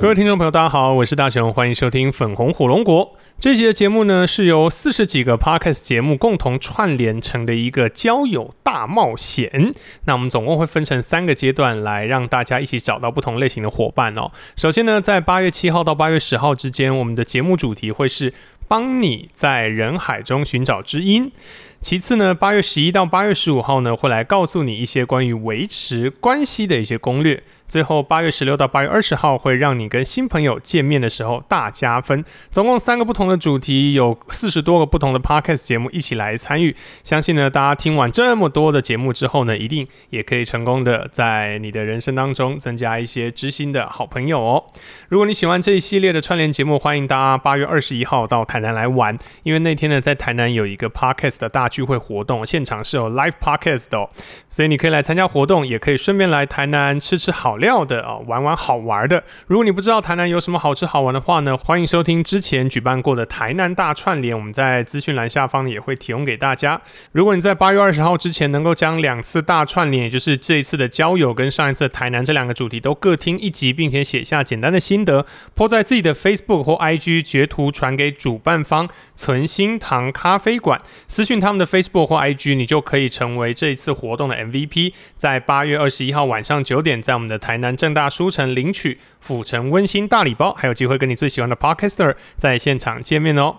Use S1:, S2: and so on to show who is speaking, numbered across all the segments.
S1: 各位听众朋友，大家好，我是大雄，欢迎收听《粉红火龙果》。这集的节目呢，是由四十几个 podcast 节目共同串联成的一个交友大冒险。那我们总共会分成三个阶段来让大家一起找到不同类型的伙伴哦。首先呢，在八月七号到八月十号之间，我们的节目主题会是帮你在人海中寻找知音。其次呢，八月十一到八月十五号呢，会来告诉你一些关于维持关系的一些攻略。最后，八月十六到八月二十号会让你跟新朋友见面的时候大加分。总共三个不同的主题，有四十多个不同的 podcast 节目一起来参与。相信呢，大家听完这么多的节目之后呢，一定也可以成功的在你的人生当中增加一些知心的好朋友哦。如果你喜欢这一系列的串联节目，欢迎大家八月二十一号到台南来玩，因为那天呢，在台南有一个 podcast 的大聚会活动，现场是有 live podcast 的、哦，所以你可以来参加活动，也可以顺便来台南吃吃好料的啊、哦，玩玩好玩的。如果你不知道台南有什么好吃好玩的话呢，欢迎收听之前举办过的台南大串联，我们在资讯栏下方也会提供给大家。如果你在八月二十号之前能够将两次大串联，也就是这一次的交友跟上一次的台南这两个主题都各听一集，并且写下简单的心得，抛在自己的 Facebook 或 IG 截图传给主办方存心堂咖啡馆，私讯他们的 Facebook 或 IG，你就可以成为这一次活动的 MVP，在八月二十一号晚上九点，在我们的台南正大书城领取府城温馨大礼包，还有机会跟你最喜欢的 Podcaster 在现场见面哦。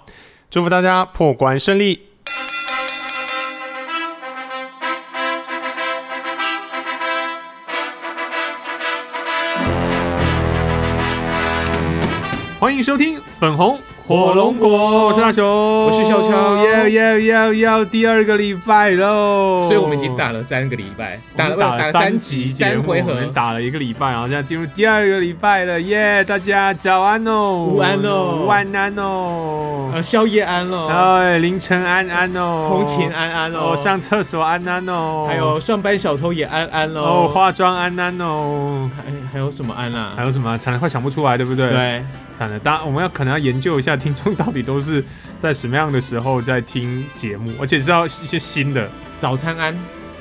S1: 祝福大家破关顺利！欢迎收听粉红火龙果，我是大雄，我
S2: 我是小乔
S3: 耶耶耶耶！第二个礼拜喽，
S2: 所以我们已经打了三个礼拜，
S1: 我
S2: 打
S1: 们
S2: 了
S1: 打了
S2: 了
S1: 三
S2: 集
S1: 集节目，
S2: 回
S1: 我们
S2: 合。
S1: 打了一个礼拜，然后现在进入
S3: 第二个礼拜了耶大家早安哦，
S2: 午安哦
S3: 晚安哦，
S2: 呃，宵夜安喽，
S3: 哎，凌晨安安哦，
S2: 通勤安安喽
S3: 哦，，上厕所安安哦，
S2: 还有呃上班小偷也安安
S3: 哦，
S2: 喽，
S3: 化妆安安哦。
S2: 还还有什么安
S3: 还
S2: 啦？
S3: 有什么啊？惨了，快想不出来，对不对？，
S2: 对，
S3: 惨了，大家我们要可能要研究一下，听众到底都是在什么样的时候在听节目，而且是要一些新的
S2: 早餐安，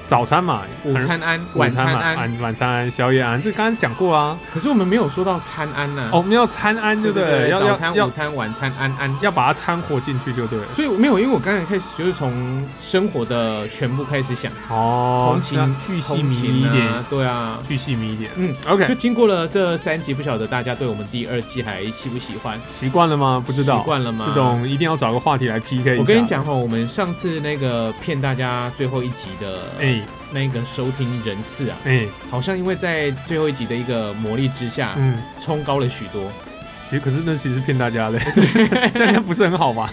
S3: 早餐嘛，
S2: 午
S3: 很
S2: 餐安，
S3: 午
S2: 晚
S3: 餐
S2: 餐
S3: 嘛，
S2: 安。
S3: 晚晚餐安，宵夜安，这刚刚讲过啊。
S2: 可是我们没有说到餐安呐
S3: 哦，，我们要餐安，对
S2: 对
S3: 不
S2: 不对？
S3: 要
S2: 早
S3: 要
S2: 餐、
S3: 要
S2: 午餐、晚餐安安。
S3: 要把它掺和进去就对了。
S2: 所以我没有，因为我刚才开始就是从生活的全部开始想，
S3: 哦
S2: 同
S3: 是
S2: 情
S3: 啊巨细
S2: 同
S3: 靡
S2: 情
S3: 一
S2: 啊
S3: 点，，
S2: 对啊，
S3: 巨细靡一点。
S2: 嗯。就
S3: OK，
S2: 经过了这三集，不晓得大家对我们第二季还喜不喜欢？
S3: 习惯了吗？不知道，
S2: 习惯了吗？
S3: 这种一定要找个话题来 PK 一下。
S2: 我跟你，讲哈，我们上次那个骗大家最后一集的
S3: 哎
S2: 那个收听人次啊，
S3: 哎，
S2: 好像因为在最后一集的一个磨砺之下，
S3: 嗯，
S2: 冲高了许多。
S3: 其实可是那其实骗大家 的， 这样应该不是很好吧？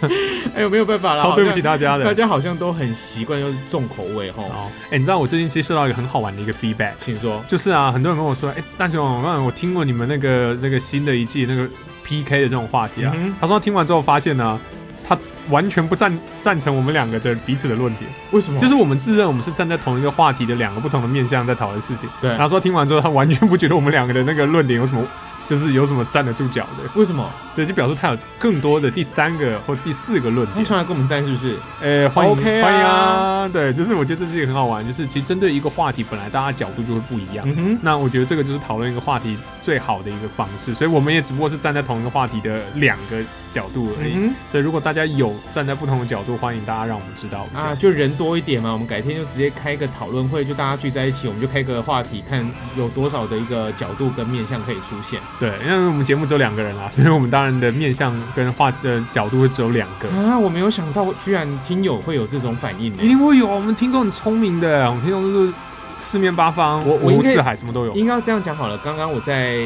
S2: 哎呦，没有办法啦，
S3: 超对不起
S2: 大
S3: 大家
S2: 大
S3: 的。
S2: 家好像都很习惯用重口味哈。
S3: 哦，哎，你知道我最近接受到一个很好玩的一个 feedback。
S2: 请说，
S3: 就是啊，很多人跟我说，哎、大雄，我刚才我听过你们那个那个新的一季那个 PK 的这种话题啊，
S2: 嗯哼
S3: 他说他听完之后发现呢、他完全不赞赞成我们两个的彼此的论点，
S2: 为什么
S3: 就
S2: 就是
S3: 是我们自认我们是站在同一个话题的两个不同的面向在讨论事情。
S2: 对
S3: 然后他说听完之后，他完全不觉得我们两个的那个论点有什么，就是有什么站得住脚的。
S2: 为什么？
S3: 对，就表示他有更多的第三个或第四个论
S2: 他
S3: 点。
S2: 上来跟我们站是不是？
S3: 呃，欢迎
S2: OK 啊
S3: 欢迎啊！对，就是我觉得这是一个很好玩，就是其实针对一个话题，本来大家角度就会不一样。
S2: 嗯哼，
S3: 那我觉得这个就是讨论一个话题最好的一个方式，所以我们也只不过是站在同一个话题的两个角度而已。
S2: 嗯
S3: 所以如果大家有站在不同的角度，欢迎大家让我们知道一
S2: 哼，啊，
S3: 下。
S2: 就人多一点嘛，我们改天就直接开一个讨论会，就大家聚在一起，我们就开个话题，看有多少的一个角度跟面向可以出现。
S3: 对，因为我们节目只有两个人啦，所以我们当然的面向跟话的角度会只有两个。
S2: 啊，我没有想到，居然听友会有这种反应呢
S3: 一。定会有啊，我们听众很聪明的，我们听众都是四面八方，
S2: 我我
S3: 五湖
S2: 应该
S3: 四海，什么都有。
S2: 应该要这样讲好了。刚刚我在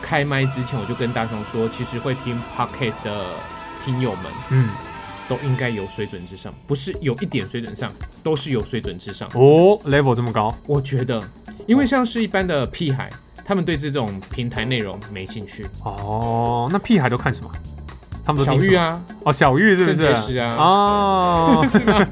S2: 开麦之前，我就跟大雄说，其实会听 podcast 的听友们
S3: 嗯，
S2: 都应该有水准之上，不是有一点水准上，都是有水准之上。
S3: 哦，level 这么高，
S2: 我觉得，因为像是一般的屁孩，他们对这种平台内容没兴趣。
S3: 哦，那屁孩都看什么？他们都
S2: 小
S3: 听
S2: 玉
S3: 什么？
S2: 啊，
S3: 哦，小玉是不
S2: 肾
S3: 是
S2: 结？石 啊，
S3: 哦，
S2: 是吗？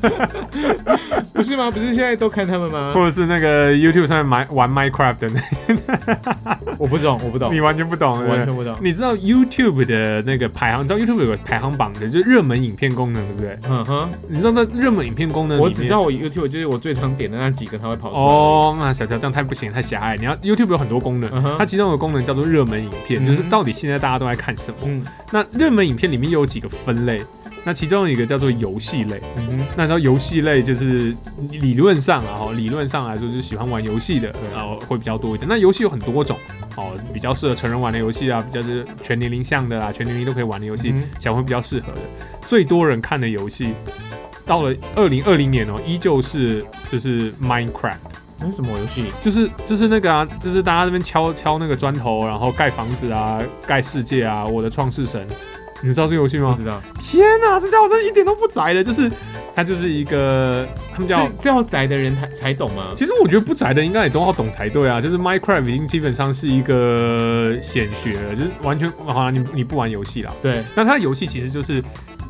S2: 不是吗？不是现在都看他们吗？
S3: 或者是那个 YouTube 上面买玩 Minecraft 的那，
S2: 我不懂，我不懂
S3: 你，完全不懂，
S2: 我
S3: 对不
S2: 哦完
S3: 对
S2: 全不懂。
S3: 你知道 YouTube 的那个排行，你知道 YouTube 有个排行榜的，就是热门影片功能，对不对？
S2: 嗯哼，
S3: 你知道那热门影片功能里面，
S2: 我只知道我 YouTube 就是我最常点的那几个，它会跑出来。
S3: 哦，那小乔这样太不行，太狭隘。你要 YouTube 有很多功能，
S2: 嗯哼
S3: 它其中有个功能叫做热门影片，
S2: 嗯
S3: 就是到底现在大家都在看什么。
S2: 嗯
S3: 那热门影片里面有几个分类，那其中有一个叫做游戏类。
S2: 嗯哼，
S3: 那时候游戏类就是理论上啊，哈，理论上来说就是喜欢玩游戏的，
S2: 对
S3: 然后会比较多一点。那游戏有很多种哦，比较适合成人玩的游戏啊，比较是全年龄向的啊，全年龄都可以玩的游戏，
S2: 嗯
S3: 小朋友比较适合的。最多人看的游戏，到了二零二零年哦，依旧是就是 Minecraft，
S2: 那什么游戏？
S3: 就是就是那个啊，就是大家这边敲敲那个砖头，然后盖房子啊，盖世界啊，我的创世神，你们知道这个游戏
S2: 不
S3: 吗？
S2: 知道。
S3: 天哪、这家伙真的一点都不宅的，就是它就是一个他们叫
S2: 这。这要宅的人才才懂吗？
S3: 其实我觉得不宅的应该也都要懂才对啊，就是 Minecraft 已经基本上是一个显学了，就是完全好啦，你你不玩游戏啦。
S2: 对，
S3: 那它的游戏其实就是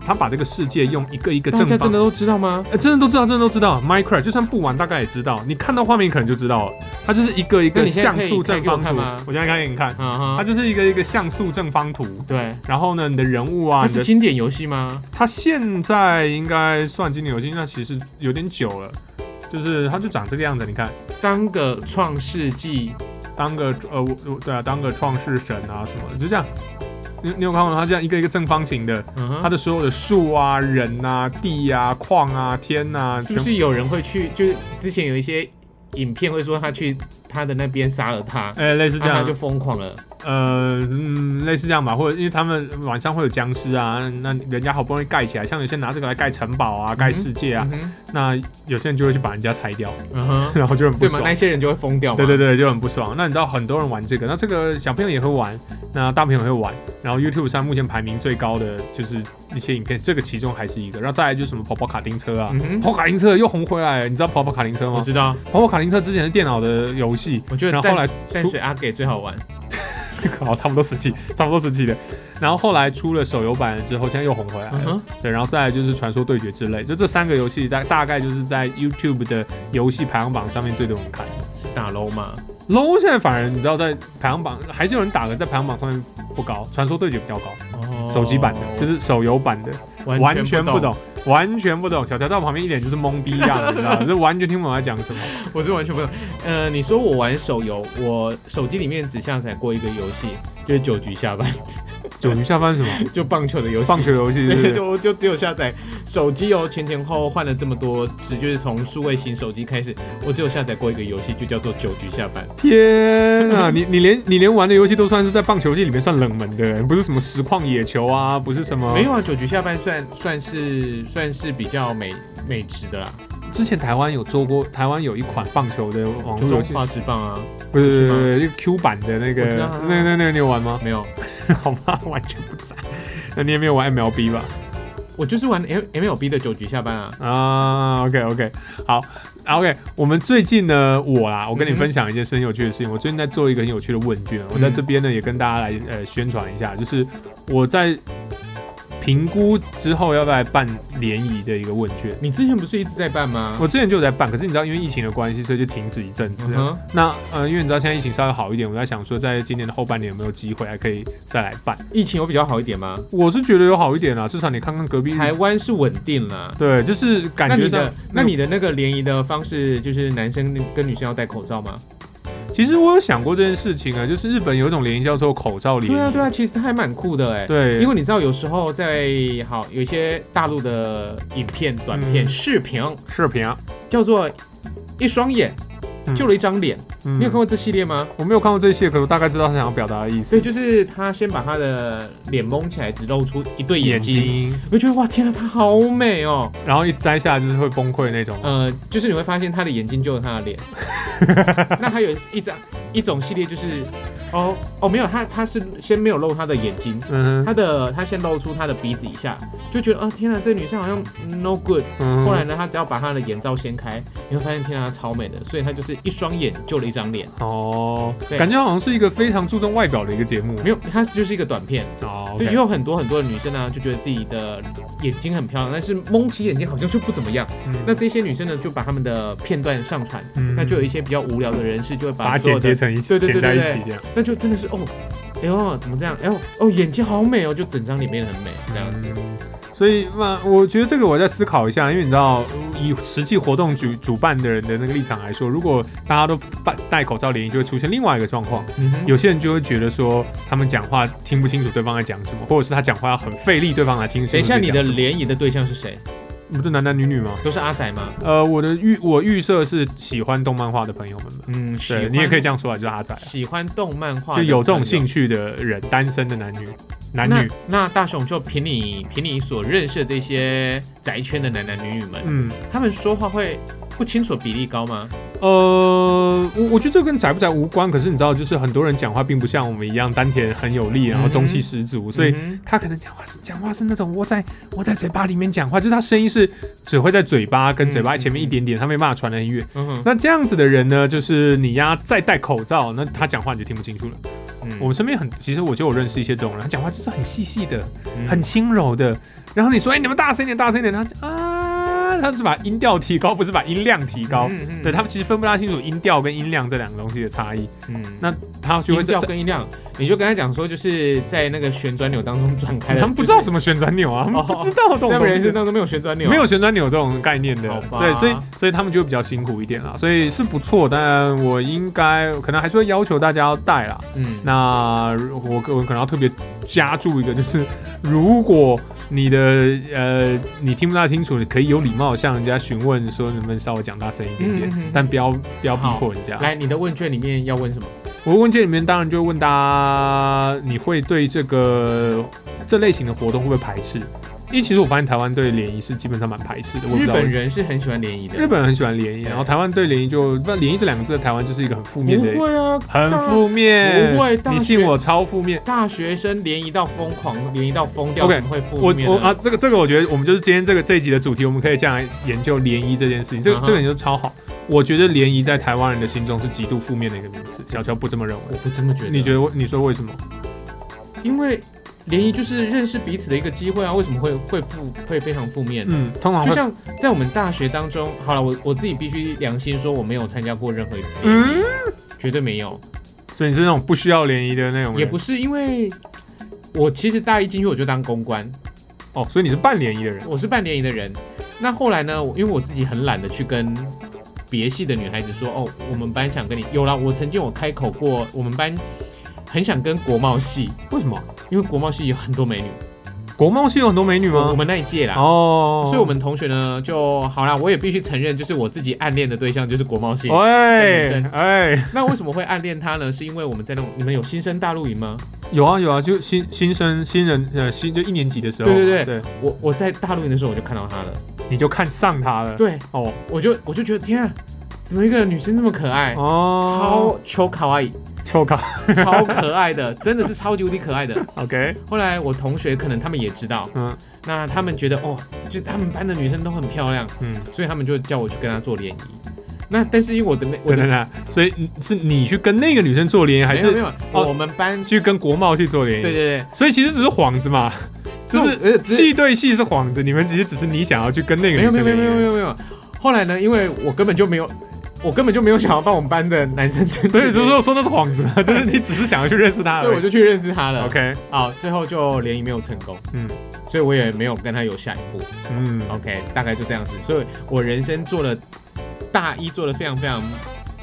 S3: 他把这个世界用一个一个
S2: 大
S3: 正
S2: 家
S3: 方
S2: 真的都知道吗？
S3: 呃，真的都知道，真的都知道。Minecraft 就算不玩，大概也知道。你看到画面可能就知道了，它就是一个一
S2: 那
S3: 个
S2: 你现在
S3: 像
S2: 可以
S3: 素
S2: 开
S3: 正
S2: 给我
S3: 方
S2: 看
S3: 图。
S2: 吗
S3: 我现在开给你看，
S2: 啊
S3: 它
S2: 哈，
S3: 就是一个一个像素正方图。
S2: 对，
S3: 然后呢，你的人物啊，
S2: 它
S3: 你的
S2: 是经典游戏吗？
S3: 它现在应该算经典游戏，那其实有点久了，就是它就长这个样子。你看，
S2: 当个创世纪，
S3: 当个呃，我我对啊，当个创世神啊什么，就这样。你你有看过吗它这样一个一个正方形的，
S2: 嗯
S3: 它
S2: 哼，
S3: 的所有的树啊、人啊、地啊、矿啊、天啊，
S2: 是不
S3: 全
S2: 是有人会去？就是之前有一些影片会说他去他的那边杀了他，
S3: 哎、类似
S2: 那
S3: 这样、
S2: 他就疯狂了。
S3: 呃，嗯，类似这样吧，或者因为他们晚上会有僵尸啊，那人家好不容易盖起来，像有些拿这个来盖城堡啊、盖世界啊，
S2: 嗯哼，
S3: 那有些人就会去把人家拆掉，
S2: 嗯哼，
S3: 然后就很不
S2: 对吗？
S3: 爽。
S2: 那些人就会疯掉嘛。
S3: 对对对，就很不爽。那你知道很多人玩这个，那这个小朋友也会玩，那大朋友也会玩。然后 YouTube 上目前排名最高的就是一些影片，这个其中还是一个。然后再来就是什么跑跑卡丁车啊，
S2: 嗯哼
S3: 跑跑卡丁车又红回来了。你知道跑跑卡丁车
S2: 我
S3: 吗？
S2: 知道，
S3: 跑跑卡丁车之前是电脑的游戏，
S2: 我觉得
S3: 然后
S2: 淡
S3: 后来
S2: 淡水阿给最好玩。
S3: 好，差不多时期，差不多时期的。然后后来出了手游版之后，现在又红回来
S2: 嗯
S3: 了。
S2: 哼，
S3: 对，然后再来就是《传说对决》之类，就这三个游戏大大概就是在 YouTube 的游戏排行榜上面最多人看。
S2: 是打 low 嘛？
S3: low 现在反而你知道在排行榜还是有人打的，在排行榜上面不高，《传说对决》比较高，
S2: 哦
S3: 手机版的，就是手游版的，完全不。懂，完全不懂。小乔在我旁边一脸就是懵逼一样，你知道吗，就 完全听不懂在讲什么。
S2: 我是完全不懂。呃，你说我玩手游，我手机里面只下载过一个游戏，就是九局下半，
S3: 九局下班什么？
S2: 就棒球的游戏。
S3: 棒球游戏是不
S2: 对，
S3: 是？
S2: 我就只有下载手机哦，前前后后换了这么多只，就是从数位型手机开始，我只有下载过一个游戏，就叫做《九局下半》。
S3: 天啊，你你连你连玩的游戏都算是在棒球界里面算冷门的，不是什么实况野球啊，不是什么。
S2: 没有啊，《九局下半算》算是算是比较美美值的啦，
S3: 之前台湾有做过，台湾有一款棒球的网
S2: 就
S3: 络游
S2: 中
S3: 戏，
S2: 华职棒啊，
S3: 不是
S2: 是吗
S3: 不是一个 Q 版的那个
S2: 我知道啊，
S3: 那那那你有玩吗？
S2: 没有，
S3: 好吧，完全不在。那你也没有玩 MLB 吧？
S2: 我就是玩 M MLB 的《九局下半》啊。
S3: 啊，OK OK，好啊，OK。我们最近呢，我啦，我跟你
S2: 嗯哼
S3: 分享一件很有趣的事情。我最近在做一个很有趣的问卷，我在
S2: 嗯
S3: 这边呢也跟大家来呃宣传一下，就是我在评估之后要不要来办联谊的一个问卷。
S2: 你之前不是一直在办吗？
S3: 我之前就有在办，可是你知道，因为疫情的关系，所以就停止一阵子
S2: 嗯
S3: 了。
S2: 哼，
S3: 那呃，因为你知道现在疫情稍微好一点，我在想说，在今年的后半年有没有机会还可以再来办？
S2: 疫情有比较好一点吗？
S3: 我是觉得有好一点啊啦，至少你看看隔壁日
S2: 台湾是稳定了。
S3: 对，就是嗯感
S2: 哦那
S3: 觉
S2: 你
S3: 上
S2: 的，那你的那个联谊的方式，就是男生跟女生要戴口罩吗？
S3: 其实我有想过这件事情啊，就是日本有一种联谊叫做口罩联谊，
S2: 对啊，对啊，其实还蛮酷的哎。
S3: 对
S2: 因为你知道，有时候在好有一些大陆的影片、短片、
S3: 嗯
S2: 视频，
S3: 视频啊，
S2: 叫做一双眼
S3: 嗯
S2: 救了一张脸，
S3: 嗯
S2: 你有看过这系列吗？
S3: 我没有看过这些，可是我大概知道他想要表达的意思。
S2: 对，就是他先把他的脸蒙起来，只露出一对眼
S3: 眼
S2: 睛，
S3: 睛，
S2: 我就觉得哇，天啊，她好美哦。
S3: 然后一摘下来就是会崩溃那种。
S2: 呃，就是你会发现他的眼睛救了他的 脸。那还有一张一种系列就是，哦哦，没有，他他是先没有露他的眼睛。
S3: 嗯哼
S2: 他的他先露出他的鼻子以下，就觉得啊天啊，这女生好像 no good。
S3: 嗯
S2: 后来呢，他只要把他的眼罩掀开，你会发现天啊，她超美的，所以他就是一双眼救了一张脸。
S3: 哦，
S2: 对
S3: 感觉好像是一个非常注重外表的一个节目
S2: 没有，它就是一个短片，
S3: 哦
S2: 就也
S3: ，OK，
S2: 有很多很多的女生呢、就觉得自己的眼睛很漂亮，但是蒙起眼睛好像就不怎么样。
S3: 嗯
S2: 那这些女生呢，就把她们的片段上传，
S3: 嗯
S2: 那就有一些比较无聊的人士就会
S3: 把它
S2: 把所有
S3: 剪
S2: 的
S3: 接，成一起，
S2: 对对
S3: 剪
S2: 对
S3: 在一
S2: 对
S3: 起这样。
S2: 那就真的是哦，哎呦怎么这样？哎呦哦眼睛好美哦，就整张里面很美这样子。
S3: 嗯所以那我觉得这个我再思考一下，因为你知道，以实际活动主主办的人的那个立场来说，如果大家都戴戴口罩联谊，就会出现另外一个状况，
S2: 嗯哼，
S3: 有些人就会觉得说他们讲话听不清楚对方在讲什么，或者是他讲话要很费力，对方来听
S2: 等
S3: 清
S2: 一
S3: 楚在
S2: 下
S3: 讲
S2: 你
S3: 什么。
S2: 的联谊的对象是谁？
S3: 不是男男女女吗？
S2: 都是阿仔吗？
S3: 呃，我的预我预设是喜欢动漫画的朋友们吧，
S2: 嗯，喜
S3: 对
S2: 欢
S3: 你也可以这样说啊，就是阿仔啊，
S2: 喜欢动漫画，
S3: 就有这种兴。趣的人，单身的男女，男
S2: 那
S3: 女，
S2: 那大雄就凭你凭你所认识的这些宅圈的男男女女们，
S3: 嗯，
S2: 他们说话会不清楚的比例高吗？
S3: 呃，我我觉得这跟宅不宅无关，可是你知道，就是很多人讲话并不像我们一样丹田很有力，然后中气十足，所以。
S2: 嗯
S3: 他可能讲话是讲话是那种窝在窝在嘴巴里面讲话，就是他声音是只会在嘴巴跟嘴巴前面一点点，他没办法传得很远。
S2: 哼嗯
S3: 那这样子的人呢，就是你呀再戴口罩，那他讲话你就听不清楚了。
S2: 嗯哼，
S3: 我们身边很，其实我就有认识一些这种人，他讲话就是很细细的，
S2: 嗯
S3: 很轻柔的。然后你说，哎、你们大声一点，大声一点，他就啊，他是把音调提高，不是把音量提高。
S2: 嗯嗯
S3: 对他们其实分不大清楚音调跟音量这两个东西的差异，
S2: 嗯
S3: 那他就会
S2: 音
S3: 在
S2: 调跟音量，你就跟他讲说，就是在那个旋转钮当中转开了，
S3: 他们不知道
S2: 就是
S3: 什么旋转钮啊，他们
S2: 哦
S3: 不知道这种
S2: 在
S3: 东
S2: 人
S3: 西
S2: 生。当中没有旋转钮，啊
S3: 没有旋转钮这种概念的
S2: 好，吧
S3: 对，所以所以他们就会比较辛苦一点啦，所以是不错，但我应该可能还是会要求大家要戴啦，
S2: 嗯，
S3: 那如我可我可能要特别加注一个，就是如果你的呃你听不大清楚，你可以有礼貌地向人家询问说能不能稍微讲大声一点点，
S2: 嗯嗯嗯
S3: 但不要不要逼迫人家。
S2: 来你的问卷里面要问什么？
S3: 我问卷里面当然就会问大家，你会对这个这类型的活动会不会排斥？因为其实我发现台湾对联谊是基本上蛮排斥的，我也不
S2: 日
S3: 知道为什
S2: 本
S3: 么。
S2: 人是很喜欢联谊的，
S3: 日本人很喜欢联谊，然后台湾对联谊就那联谊这两个字在台湾就是一个很负面的，
S2: 不会啊，
S3: 很
S2: 大
S3: 负面，
S2: 不会大
S3: 你
S2: 学
S3: 信我超负面。
S2: 大学生联谊到疯狂，联谊到疯掉
S3: OK，
S2: 怎么会负
S3: 我
S2: 面呢
S3: 我啊，，这个这个，我觉得我们就是今天这个这一集的主题，我们可以这样来研究联谊这件事情。这个、
S2: 嗯哼
S3: 这个研究超好，我觉得联谊在台湾人的心中是极度负面的一个名词。小乔不这么认
S2: 我
S3: 为，
S2: 不这么觉得。
S3: 你觉得为？你说为什么？
S2: 得？因为联谊就是认识彼此的一个机会啊，为什么会会负会非常负面？
S3: 嗯，通常
S2: 就
S3: 会
S2: 像在我们大学当中，好了，我我自己必须良心说，我没有参加过任何一次，
S3: 嗯，
S2: 绝对没有，
S3: 所以你是那种不需要联谊的那种人，
S2: 也不是因为我其实大一进去我就当公关，
S3: 哦，所以你是半联谊的人。
S2: 我是办联谊的人。那后来呢，我因为我自己很懒得去跟别系的女孩子说，哦，我们班想跟你有啦，我曾经我开口过，我们班很想跟国贸系，
S3: 为什么？
S2: 因为国贸系有很多美女，
S3: 国贸系有很多美女
S2: 我我
S3: 吗？
S2: 们那一届啦。
S3: 嗯哦，
S2: 所以，我们同学呢，就好啦。我也必须承认，就是我自己暗恋的对象就是国贸系。
S3: 哦喂
S2: 女生
S3: 哎，
S2: 那为什么会暗恋他呢？是因为我们在那种你们有新生大陆营吗？
S3: 有啊有啊，就新新生新人呃新就一年级的时候嘛，
S2: 对对
S3: 对，
S2: 我我在大陆营的时候我就看到他了，
S3: 你就看上他了。
S2: 对
S3: 哦
S2: 我就我就觉得天啊，怎么一个女生这么可爱，
S3: 哦，
S2: 超超可爱，
S3: 超秋卡
S2: 超可爱的， 真的是超级无敌可爱的。
S3: ，OK，
S2: 后来我同学可能他们也知道，
S3: 嗯
S2: 那他们觉得哦，就他们班的女生都很漂亮，
S3: 嗯。
S2: 所以他们就叫我去跟她做联谊。那但是因为我的那我
S3: 等
S2: 的
S3: 等等，所以你是你去跟那个女生做联谊，还
S2: 没有没
S3: 是
S2: 有，
S3: 哦
S2: 我们班
S3: 去跟国贸去做联谊？
S2: 对对对，
S3: 所以其实只是幌子嘛，就
S2: 这
S3: 是
S2: 种呃只
S3: 戏对戏是幌子，你们其实只是你想要去跟那个
S2: 没
S3: 女
S2: 有
S3: 生
S2: 没有没
S3: 联
S2: 有没有没
S3: 谊。
S2: 有没有。后来呢，因为我根本就没有，我根本就没有想要帮我们班的男生争 取
S3: 对，
S2: 联谊，
S3: 所以说说那是幌子 嘛，就是你只是想要去认识她
S2: 所
S3: 而
S2: 以我
S3: 已。
S2: 就啊去认识他了。
S3: OK，
S2: 好，最后就联谊没有成功，
S3: 嗯
S2: 所以我也没有跟他有下一步。
S3: 嗯，
S2: OK，大概就这样子。所以我人生做了大一做了非常非常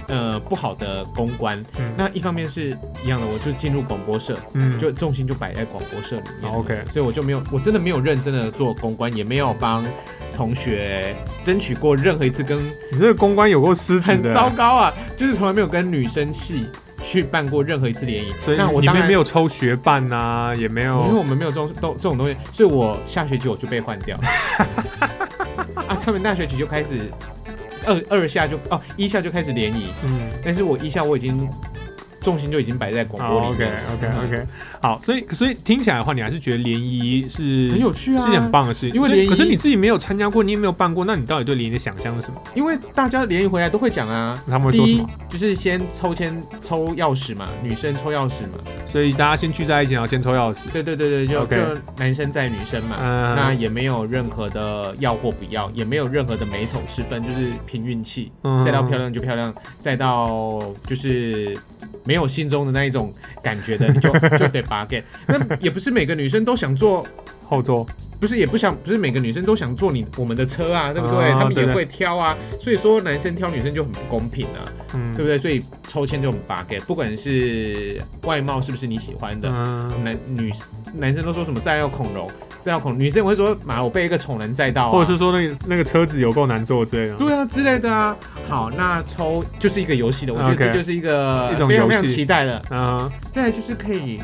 S2: 呃不好的公关。
S3: 嗯
S2: 那一方面是一样的，我就进入广播社，
S3: 嗯
S2: 就重心就摆在广播社里面。
S3: 好，OK
S2: 所以我就没有，我真的没有认真的做公关，也没有帮同学争取过任何一次跟
S3: 你这个公关有够失职
S2: 很
S3: 的，
S2: 糟糕啊，就是从来没有跟女生系去办过任何一次联谊
S3: 所。以
S2: 那我
S3: 你
S2: 当
S3: 们
S2: 然
S3: 没有抽学伴呐，也没
S2: 因为
S3: 有
S2: 我们没有这种东这种东西，所以我下学期我就被换 掉了。啊，他们大学期就开始二二下就哦一下就开始联谊，
S3: 嗯
S2: 但是我一下我已经嗯重心就已经摆在广播里
S3: 哦 OK
S2: 面。
S3: OK OK，好，所以所以听起来的话，你还是觉得联谊是
S2: 很有趣啊
S3: 是一件很棒的事情。
S2: 因为
S3: 所以
S2: 联谊
S3: 可是你自己没有参加过，你也没有办过，那你到底对联谊的想象是什么？
S2: 因为大家联谊回来都会讲啊，
S3: 他们会
S2: 第
S3: 说什
S2: 一
S3: 么？
S2: 就是先抽签抽钥匙嘛，女生抽钥匙嘛，
S3: 所以大家先聚在一起，然后先抽钥匙。
S2: 对对对对，就
S3: OK
S2: 就男生在女生嘛，
S3: 嗯
S2: 那也没有任何的要或不要，也没有任何的美丑之分，就是凭运气，
S3: 嗯
S2: 再到漂亮就漂亮，再到就是没有心中的那一种感觉的，你 就就得拔 get。那也不是每个女生都想坐，
S3: 后座，
S2: 不是也不想，不是每个女生都想坐你我们的车啊，对不对？
S3: 啊
S2: 她们
S3: 对
S2: 也
S3: 对
S2: 会挑啊，所以说男生挑女生就很不公平啊，
S3: 嗯，
S2: 对不对？所以抽签就很拔 get，不管是外貌是不是你喜欢的，
S3: 嗯，
S2: 男女男生都说什么载到孔融，载到孔，女生我会说妈我被一个丑男载到、啊，
S3: 或者是说那个那个车子有够难坐之类的。
S2: 对啊之类的啊。好，那抽就是一个游戏的，我觉得
S3: OK
S2: 这就是一个
S3: 一种
S2: 非常
S3: 游
S2: 非常
S3: 戏
S2: 期待了。
S3: 啊，
S2: 再来就是可以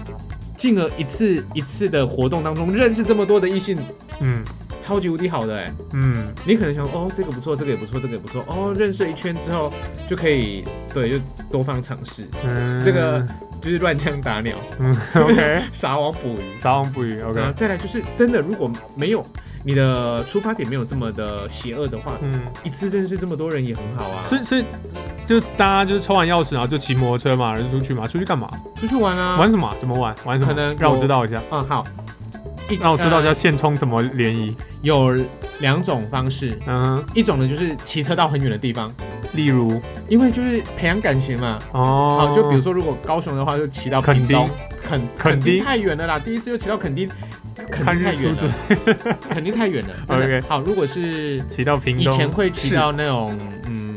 S2: 进而一次一次的活动当中认识这么多的异性，
S3: 嗯
S2: 超级无敌好的哎、
S3: 嗯，
S2: 你可能想哦这个不错，这个也不错，这个也不错哦，认识了一圈之后就可以对就多方尝试，
S3: 嗯
S2: 这个就是乱枪打鸟，
S3: OK，
S2: 撒网捕鱼。
S3: 撒网 捕鱼 OK，
S2: 那再来就是真的，如果没有你的出发点没有这么的邪恶的话，
S3: 嗯，
S2: 一次认识这么多人也很好啊。
S3: 所以所以就大家就是抽完钥匙，然后就骑摩托车嘛，然后就出去嘛，出去干嘛？
S2: 出去玩啊，
S3: 玩什么啊？怎么玩？玩什么
S2: 可能？
S3: 让我
S2: 有
S3: 知道一下，
S2: 嗯好，一
S3: 让我知道一下
S2: 呃
S3: 现充怎么联谊。
S2: 有两种方式，
S3: 嗯，
S2: 一种呢就是骑车到很远的地方，
S3: 例如
S2: 因为就是培养感情嘛。
S3: 哦，
S2: 好，就比如说如果高雄的话，就骑到
S3: 垦
S2: 屏
S3: 丁
S2: 东，垦
S3: 垦
S2: 垦
S3: 丁
S2: 丁太远了啦，第一次就骑到垦丁，垦
S3: 看
S2: 丁
S3: 日
S2: 太
S3: 出
S2: 远
S3: 之
S2: 了， 垦丁太 远了，真
S3: OK
S2: 的。好，如果是
S3: 骑到屏
S2: 以
S3: 东，
S2: 前会骑
S3: 是
S2: 到那种嗯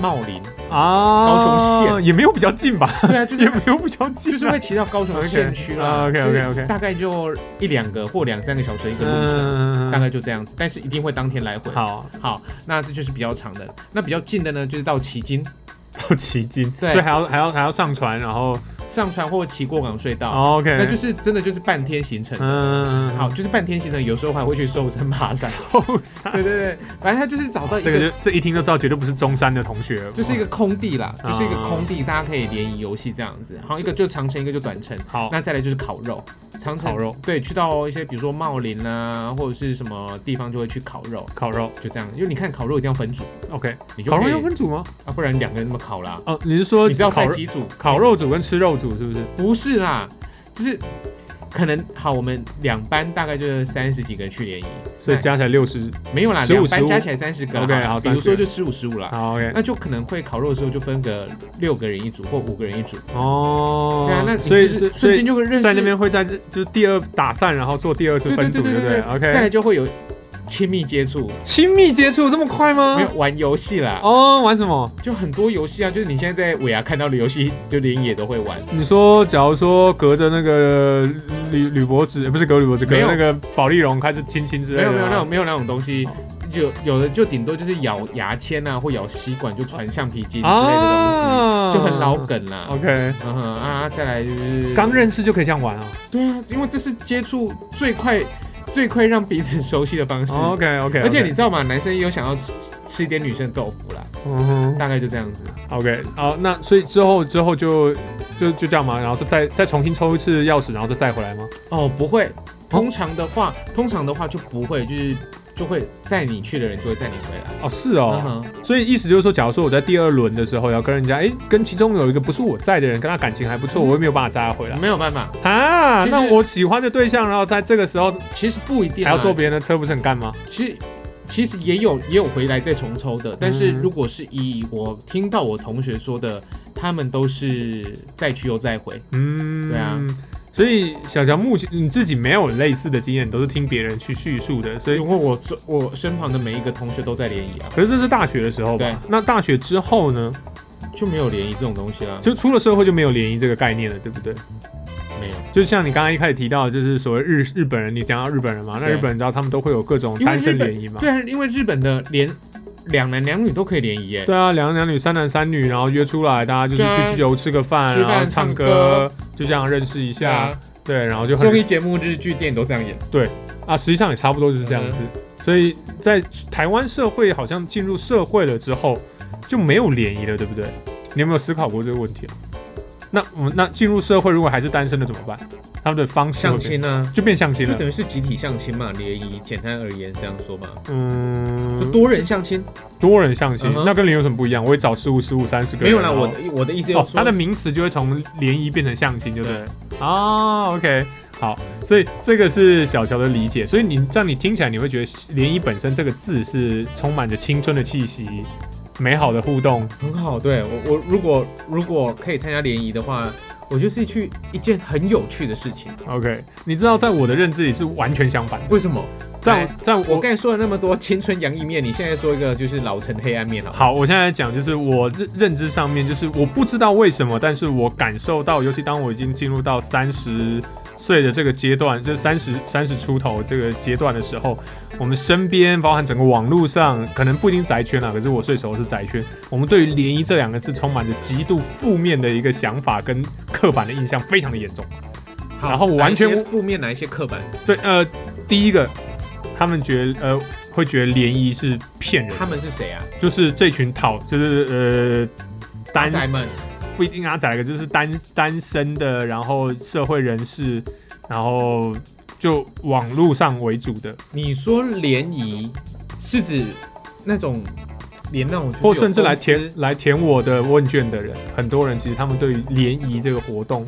S2: 茂林，
S3: 啊，
S2: 高雄县
S3: 也没有比较近吧，
S2: 对啊，就
S3: 也
S2: 是
S3: 没有比较近啊，
S2: 就是会骑到高雄
S3: OK，
S2: 县区 啦
S3: 啊，OK，OK，
S2: 就是
S3: OK
S2: 大概就一两个或两三个小时的一个路程，
S3: 嗯，
S2: 大概就这样子，但是一定会当天来回。
S3: 好
S2: 好，那这就是比较长的。那比较近的呢，就是到旗津
S3: 到奇经，
S2: 对
S3: 所以还要还要还要上船，然后
S2: 上船或骑过港隧道，
S3: 哦 OK，
S2: 那就是真的就是半天行程。
S3: 嗯，
S2: 好，就是半天行程，有时候还会去寿山爬山。
S3: 受伤，
S2: 对对对，反正他就是找到一
S3: 这个
S2: 个，
S3: 就这一听就知道绝对不是中山的同学了，
S2: 就是一个空地啦，
S3: 啊
S2: 就是一个空地，大家可以联谊游戏这样子。好，一个就长城，一个就短程。
S3: 好
S2: 那再来就是烤肉，长城
S3: 烤肉
S2: 对，去到一些比如说茂林啊，或者是什么地方就会去烤肉，
S3: 烤肉
S2: 就这样。因为你看烤肉一定要分组，
S3: ，OK，
S2: 你就
S3: 烤
S2: 可
S3: 肉要
S2: 以
S3: 分组吗？
S2: 啊，不然两个人怎么烤啦？
S3: 哦，你是说
S2: 你知道
S3: 烤
S2: 带
S3: 肉
S2: 几组
S3: 烤肉组跟吃肉组是不是？
S2: 不是啦，就是可能好，我们两班大概就是三十几个去联谊，
S3: 所以加起来六十，
S2: 那没有啦，
S3: 15
S2: 两班
S3: 15
S2: 加起来三十个啦
S3: OK，好
S2: 比如
S3: 30
S2: 说就十五十五啦。
S3: 好 OK，
S2: 那就可能会烤肉的时候就分个六个人一组或五个人一组，
S3: 哦，
S2: 对啊，那你
S3: 所以
S2: 是不
S3: 是
S2: 是瞬
S3: 所
S2: 间
S3: 以
S2: 就会认识
S3: 在那边会在就是第二打散，然后做第二次
S2: 对对
S3: 分
S2: 对
S3: 组，
S2: 对
S3: 对不
S2: 对
S3: 对
S2: 再
S3: ？OK，
S2: 来就会有亲密接触，
S3: 亲密接触这么快吗
S2: 没？有玩游戏啦，
S3: 哦，玩什么？
S2: 就很多游戏啊，就是你现在在尾牙看到的游戏，就连野都会玩。
S3: 你说，假如说隔着那个铝铝箔纸，呃不是隔铝箔纸，隔
S2: 没有
S3: 着那个保丽龙开始亲亲之类
S2: 没
S3: 的吗，
S2: 有没有那种没有那种东西，有有的就顶多就是咬牙签啊，或咬吸管就传橡皮筋之类的东
S3: 啊
S2: 西，就很老。梗啦。
S3: OK，
S2: 嗯哼啊，再来就是
S3: 刚认识就可以这样玩啊。
S2: 对啊，因为这是接触最快、最快让彼此熟悉的方式。
S3: OK OK，
S2: 而且你知道吗？男生也有想要吃吃一点女生的豆腐啦，
S3: 嗯哼
S2: 大概就这样子。
S3: OK，好，那所以之后之后就就就这样嘛，然后再再重新抽一次钥匙，然后再再回来吗？
S2: 哦，不会，通常的话，通常的话就不会，就是就会载你去的人就会载你回来。
S3: 哦，是哦
S2: 嗯，哼，
S3: 所以意思就是说，假如说我在第二轮的时候要跟人家，哎，跟其中有一个不是我在的人，跟他感情还不错，我也没有办法载他回来
S2: 没有办法，
S3: 啊。
S2: 嗯其实
S3: 那我喜欢的对象，然后在这个时候
S2: 其实不一定
S3: 还
S2: 啊
S3: 要坐别人的车，不是很干吗？
S2: 其实其实也有也有回来再重抽的，但是如果是以我听到我同学说的，他们都是再去又再回。
S3: 嗯，
S2: 对啊。
S3: 所以小乔目前你自己没有类似的经验，你都是听别人去叙述的，所以
S2: 因为我周我身旁的每一个同学都在联谊啊，
S3: 可是这是大学的时候吧
S2: 对？
S3: 那大学之后呢？
S2: 就没有联谊这种东西啊啦，
S3: 就出了社会就没有联谊这个概念了，对不对？
S2: 没有。
S3: 就像你刚刚一开始提到，就是所谓日日本人，你讲到日本人嘛，那
S2: 对
S3: 日本人知道他们都会有各种
S2: 因为
S3: 单
S2: 日
S3: 身
S2: 本
S3: 联谊嘛。
S2: 对啊，因为日本的联两男两女都可以联谊耶，
S3: 对啊，两男两女、三男三女，然后约出来，大家就是
S2: 对啊
S3: 去居酒屋吃个饭，
S2: 吃
S3: 然后
S2: 饭
S3: 唱
S2: 唱
S3: 歌
S2: 歌，
S3: 就这样认识一
S2: 对
S3: 下
S2: 啊，，
S3: 对，然后就很
S2: 综艺节目、日剧、电影都这样演。
S3: 啊，实际上也差不多就是这样子。
S2: 嗯
S3: 所以在台湾社会好像进入社会了之后就没有联谊了，对不对？你有没有思考过这个问题啊？那我那进入社会如果还是单身的怎么办？他们的方式会
S2: 相
S3: 变
S2: 亲啊，
S3: 就变相亲
S2: 就
S3: 了。
S2: 等于是集体相亲嘛，联谊，简单而言这样说嘛，就
S3: 嗯，
S2: 多人相亲。
S3: 多人相亲
S2: 嗯，哼
S3: 那跟你有什么不一样？我会找十五、十五、三十个
S2: 没
S3: 人。
S2: 有啦，
S3: 然后
S2: 我的我的意思要
S3: 哦，
S2: 说，
S3: 它的名词就会从联谊变成相亲，就对了。哦，OK，好，所以这个是小乔的理解。所以你让你听起来，你会觉得联谊本身这个字是充满着青春的气息，美好的互动。
S2: 很好，对我我如果如果可以参加联谊的话，我就是去一件很有趣的事情。
S3: OK，你知道，在我的认知里是完全相反的。
S2: 为什么？
S3: 在
S2: 在
S3: 在
S2: 我
S3: 我
S2: 刚才说了那么多青春洋溢面，你现在说一个就是老成黑暗面好了，
S3: 好，我现在讲就是我认认知上面，就是我不知道为什么，但是我感受到，尤其当我已经进入到三十岁的这个阶段，就是三十三十出头这个阶段的时候，我们身边，包含整个网络上，可能不一定宅圈啦，啊可是我最熟的是宅圈，我们对于联谊这两个字充满着极度负面的一个想法跟刻板的印象，非常的严重。
S2: 好
S3: 然后我完全
S2: 哪一些负面哪一些刻板，
S3: 对，呃，第一个，他们觉得呃会觉得联谊是骗人的，
S2: 他们是谁啊？
S3: 就是这群讨就是呃单
S2: 仔们，
S3: 不一定阿仔一个，就是单单身的，然后社会人士，然后就网络上为主的，
S2: 你说联谊是指那种连那种就是有
S3: 或甚至来
S2: 公
S3: 填
S2: 司，
S3: 来填我的问卷的人，很多人其实他们对于联谊这个活动，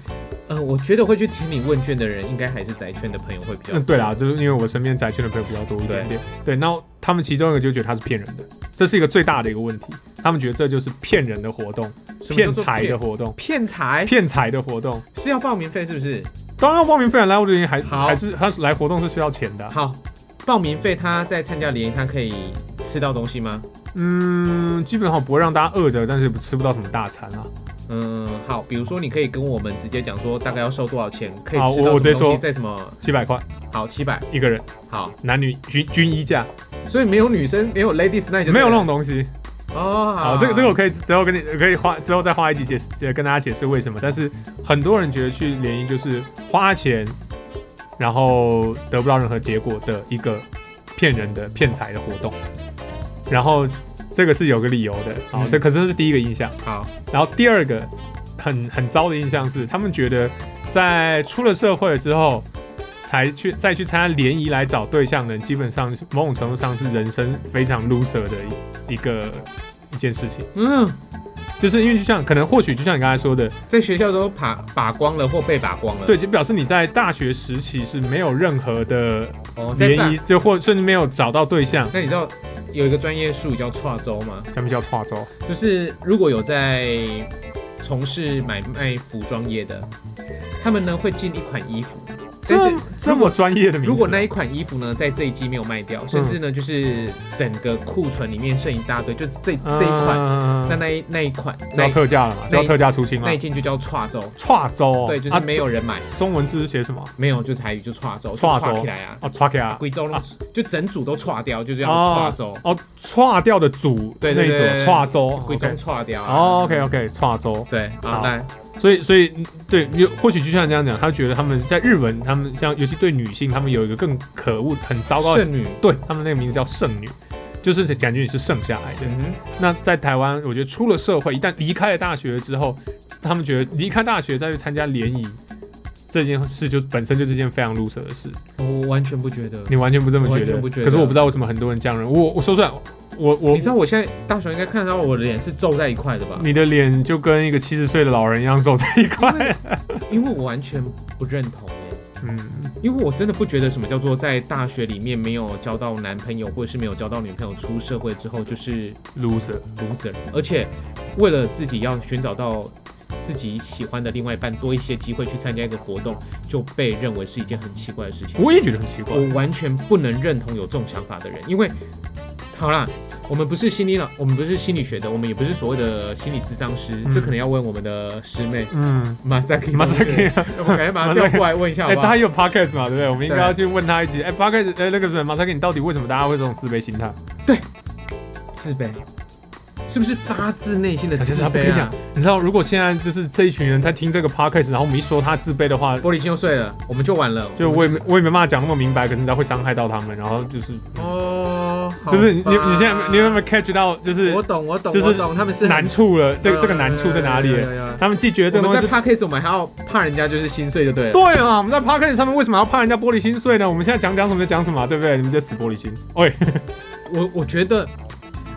S2: 呃，我觉得会去填你问卷的人，应该还是宅圈的朋友会比较
S3: 嗯，对啦，就是因为我身边宅圈的朋友比较多一点点，对，那他们其中一个就觉得他是骗人的，这是一个最大的一个问题，他们觉得这就是骗人的活动，
S2: 什么叫
S3: 骗
S2: 做
S3: 财的活动，
S2: 骗哎财
S3: 骗财的活动。
S2: 是要报名费是不是？
S3: 当然，报名费来我这里还
S2: 好
S3: 还是他是来活动是需要钱的啊、
S2: 好，报名费他在参加联谊，他可以吃到东西吗？
S3: 嗯，基本上不会让大家饿着，但是也不吃不到什么大餐啊。
S2: 嗯，好，比如说你可以跟我们直接讲说大概要收多少钱，可以
S3: 好
S2: 吃
S3: 我
S2: 到
S3: 我
S2: 什
S3: 直接
S2: 么东西，
S3: 说
S2: 在什么
S3: 七百块
S2: 好七百
S3: 一个人，
S2: 好，
S3: 男女均均一价，
S2: 所以没有女生没有 ladies night 就对了
S3: 没有那种东西。
S2: 哦，
S3: 好，这个这个我可以之后跟你可以花之后再花一集解释，呃跟大家解释为什么。但是很多人觉得去联谊就是花钱，然后得不到任何结果的一个骗人的骗财的活动，然后这个是有个理由的。好，
S2: 嗯
S3: 这可是这是第一个印象。
S2: 好，
S3: 然后第二个很很糟的印象是，他们觉得在出了社会之后，才去再去参加联谊来找对象的人，基本上是某种程度上是人生非常 loser 的一一个一件事情。
S2: 嗯，
S3: 就是因为就像可能或许就像你刚才说的，
S2: 在学校都把把光了或被把光了，
S3: 对，就表示你在大学时期是没有任何的
S2: 哦，在
S3: 联
S2: 办
S3: 谊，就或甚至没有找到对象，
S2: 那你知道有一个专业术语叫“跨州”吗？
S3: 咱们叫跨州。
S2: 就是如果有在从事买卖服装业的，他们呢会进一款衣服，但是
S3: 这这么专业的名字，
S2: 如果那一款衣服呢在这一季没有卖
S3: 嗯
S2: 掉，甚至呢就是整个库存里面剩一大堆，就是这
S3: 啊
S2: 这一款，
S3: 款
S2: 那那一那一款
S3: 嗯就
S2: 那
S3: 要
S2: 一
S3: 特价了嘛，就
S2: 那
S3: 要
S2: 一
S3: 特价出清了
S2: 那一。件就叫“跨州
S3: 跨州哦”，
S2: 对，就是
S3: 啊
S2: 没有人买，
S3: 中文字是写什么？
S2: 没有就台语就“跨州”，
S3: 跨州
S2: 就起来啊。
S3: 哦，跨掉。
S2: 贵州
S3: 啊
S2: 就整组都跨掉，就叫跨州，
S3: 哦，跨掉的组
S2: 对
S3: 那
S2: 对
S3: 一
S2: 对
S3: 种跨州。
S2: 贵
S3: 哦 OK
S2: 州跨掉啊。
S3: 哦，OK OK，跨州。
S2: 对，好
S3: 好
S2: 来，
S3: 所以所以嗯对，有或许就像这样讲，他觉得他们在日文，他们像尤其对女性，他们有一个更可恶、很糟糕的，
S2: 剩女，
S3: 对他们那个名字叫剩女。就是感觉你是剩下来的。
S2: 嗯哼，
S3: 那在台湾，我觉得出了社会，一旦离开了大学之后，他们觉得离开大学再去参加联谊这件事就，本身就是一件非常 loser 的事。
S2: 我完全不觉得。
S3: 你完全不这么觉
S2: 完
S3: 得
S2: 全不，觉得
S3: 可是我不知道为什么很多人这样认为。我我说出来，我我
S2: 你知道我现在大雄应该看到我的脸是皱在一块的吧？
S3: 你的脸就跟一个七十岁的老人一样皱在一块。
S2: 因为我完全不认同哎，
S3: 嗯，
S2: 因为我真的不觉得什么叫做在大学里面没有交到男朋友或者是没有交到女朋友，出社会之后就是
S3: loser。
S2: loser，而且为了自己要寻找到。自己喜欢的另外一半多一些机会去参加一个活动，就被认为是一件很奇怪的事情。
S3: 我也觉得很奇怪。
S2: 我完全不能认同有这种想法的人，因为好啦，我们不是心理老，我们不是心理学的，我们也不是所谓的心理咨商师，
S3: 嗯
S2: 这可能要问我们的师 妹
S3: 嗯，
S2: 马萨克。
S3: Masaki
S2: 我们赶快把她调过来问一 下
S3: 哎、
S2: 好不好
S3: 他？也有 podcast 嘛，对不对？我们应该
S2: 对
S3: 要去问他一集。哎、p o d c a s t 哎、那个什么，马赛克，你到底为什么大家会这种自卑心态？
S2: 自卑，是不是发自内心的
S3: 小
S2: 自
S3: 杰他不跟
S2: 卑
S3: 你讲
S2: 啊？，
S3: 你知道，如果现在就是这一群人在听这个 podcast，然后我们一说他自卑的话，
S2: 玻璃心又碎了，我们就完了。
S3: 就我也
S2: 们
S3: 没我也没办法讲那么明白，可是你知道会伤害到他们，然后就是。
S2: 哦，
S3: 就是你你现在
S2: 好吧
S3: 你有没有 catch 到？就是
S2: 我懂，我懂，
S3: 就是
S2: 我懂，他们是很
S3: 难处了，这
S2: 有
S3: 个这个难处在哪里
S2: 有？有有有有
S3: 他们既觉得这
S2: 我
S3: 个东
S2: 们
S3: 西
S2: 在
S3: 是
S2: podcast 我们还要怕人家就是心碎就对了。
S3: 对啊，我们在 p o c a s t 上面为什么要怕人家玻璃心碎呢？我们现在讲讲什么就讲什么、啊，对不对？你们这死玻璃心！喂，
S2: 我我觉得，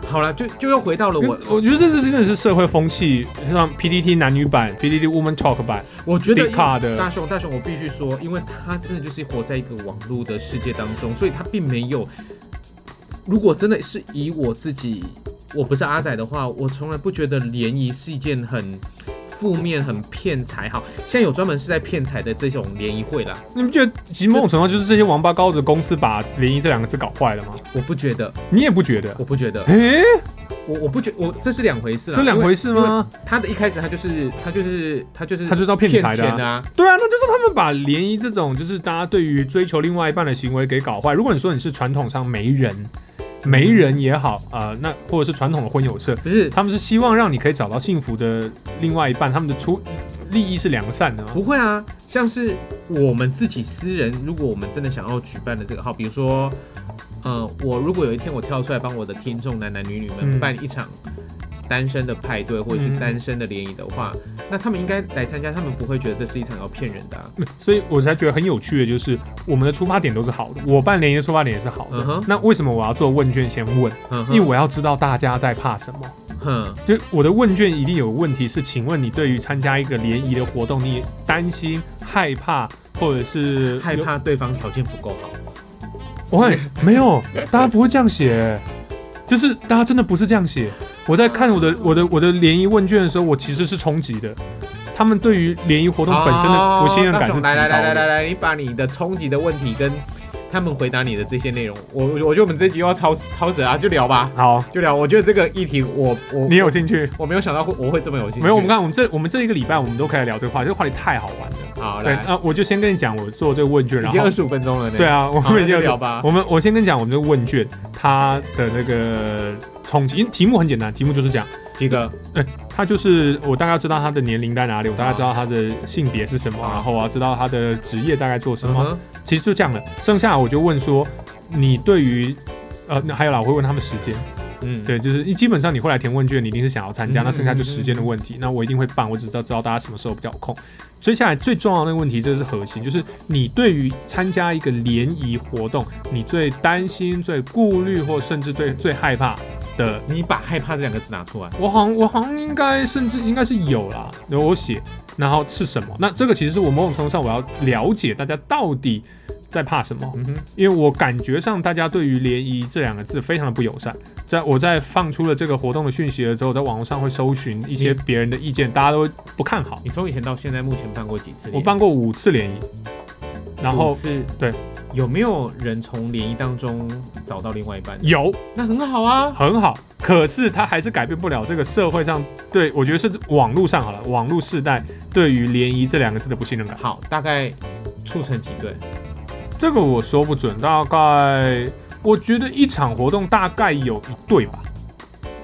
S2: 好了，就就又回到了我
S3: 我，我觉得这是真的是社会风气，像 PDT 男女版、PDT Woman Talk 版，
S2: 我觉得因为
S3: 迪卡的
S2: 大雄，大雄，我必须说，因为他真的就是活在一个网络的世界当中，所以他并没有。如果真的是以我自己，我不是阿仔的话，我从来不觉得联谊是一件很负面、很骗财。好，现在有专门是在骗财的这种联谊会啦，
S3: 你们觉得其实某种程度就是这些王八羔子公司把“联谊”这两个字搞坏了吗？
S2: 我不觉得，
S3: 你也不觉得？啊
S2: 我不觉得，
S3: 诶、
S2: 我我不觉，我这是两回事啦，
S3: 这两回事
S2: 因为？因为
S3: 吗？
S2: 他的一开始他就是他就是他就是
S3: 他就是要骗
S2: 骗
S3: 财的啊
S2: 钱啊，
S3: 对啊，那就是他们把联谊这种就是大家对于追求另外一半的行为给搞坏。如果你说你是传统上媒人，媒人也好啊、呃那或者是传统的婚友社，
S2: 不是
S3: 他们是希望让你可以找到幸福的另外一半，他们的出利益是良善的吗？
S2: 不会啊，像是我们自己私人，如果我们真的想要举办的这个号，比如说，呃，我如果有一天我跳出来帮我的听众男男女女
S3: 嗯
S2: 们办一场单身的派对或者是
S3: 嗯
S2: 单身的联谊的话，那他们应该来参加，他们不会觉得这是一场要骗人的、啊。
S3: 所以我才觉得很有趣的，就是我们的出发点都是好的，我办联谊的出发点也是好的。
S2: 嗯哼嗯
S3: 那为什么我要做问卷先问？
S2: 哼
S3: 因为
S2: 哼
S3: 我要知道大家在怕什么。
S2: 哼，
S3: 就我的问卷一定有个问题是，请问你对于参加一个联谊的活动，你担心、害怕，或者是
S2: 害？怕对方条件不够好。
S3: 喂，没有，大家不会这样写，就是大家真的不是这样写。我在看我的我的我的联谊问卷的时候，我其实是冲击的。他们对于联谊活动本身的不信任感是
S2: 哦
S3: 极
S2: 那来来来来
S3: 高
S2: 来
S3: 的。
S2: 来，你把你的冲击的问题跟他们回答你的这些内容，我我觉得我们这集又要超超时啊，就聊吧。
S3: 好，
S2: 就聊，我觉得这个议题我，我
S3: 你有兴趣？
S2: 我没有想到会我会这么有兴趣。
S3: 没有，我们看我们这我们这一个礼拜我们都可以聊这个话题，这个话题太好玩了。
S2: 啊好
S3: 对，
S2: 来，
S3: 那我就先跟你讲我做这个问卷，
S2: 已
S3: 然
S2: 经
S3: 后
S2: 二十五分钟了呢。
S3: 对，啊，我
S2: 好，
S3: 们
S2: 那
S3: 已
S2: 就
S3: 经
S2: 聊吧。
S3: 我们我先跟你讲我们这个问卷它的那个冲击，因为题目很简单，题目就是讲
S2: 几个
S3: 它就是我大概知道他的年龄在哪里，我大概知道他的性别是什么，
S2: 好
S3: 然后我要知道他的职业大概做什
S2: 啊
S3: 么，
S2: 嗯哼
S3: 其实就这样了。剩下我就问说，你对于呃，那还有啦，我会问他们时间，
S2: 嗯，
S3: 对，就是基本上你会来填问卷，你一定是想要参加，
S2: 嗯
S3: 那剩下就时间的问题。那我一定会办，我只知道知道大家什么时候比较有空。接下来最重要的那个问题，这是核心，就是你对于参加一个联谊活动，你最担心、最顾虑，或甚至对最害怕的，
S2: 你把害怕这两个字拿出来。
S3: 我好像我好像应该甚至应该是有啦，有我写，然后是什么？那这个其实是我某种程度上我要了解大家到底在怕什么。
S2: 嗯哼，
S3: 因为我感觉上大家对于联谊这两个字非常的不友善。在我在放出了这个活动的讯息了之后，在网络上会搜寻一些
S2: 你
S3: 别人的意见，大家都会不看好。
S2: 你从以前到现在，目前办过几次联谊？
S3: 我办过五次联谊，然后
S2: 是，
S3: 对，
S2: 有没有人从联谊当中找到另外一半？
S3: 有
S2: 那很好啊。
S3: 很好，可是它还是改变不了这个社会上对我觉得是网络上好了，网络世代对于联谊这两个字的不信任感。
S2: 好，大概促成几对？
S3: 这个我说不准，大概我觉得一场活动大概有一对吧，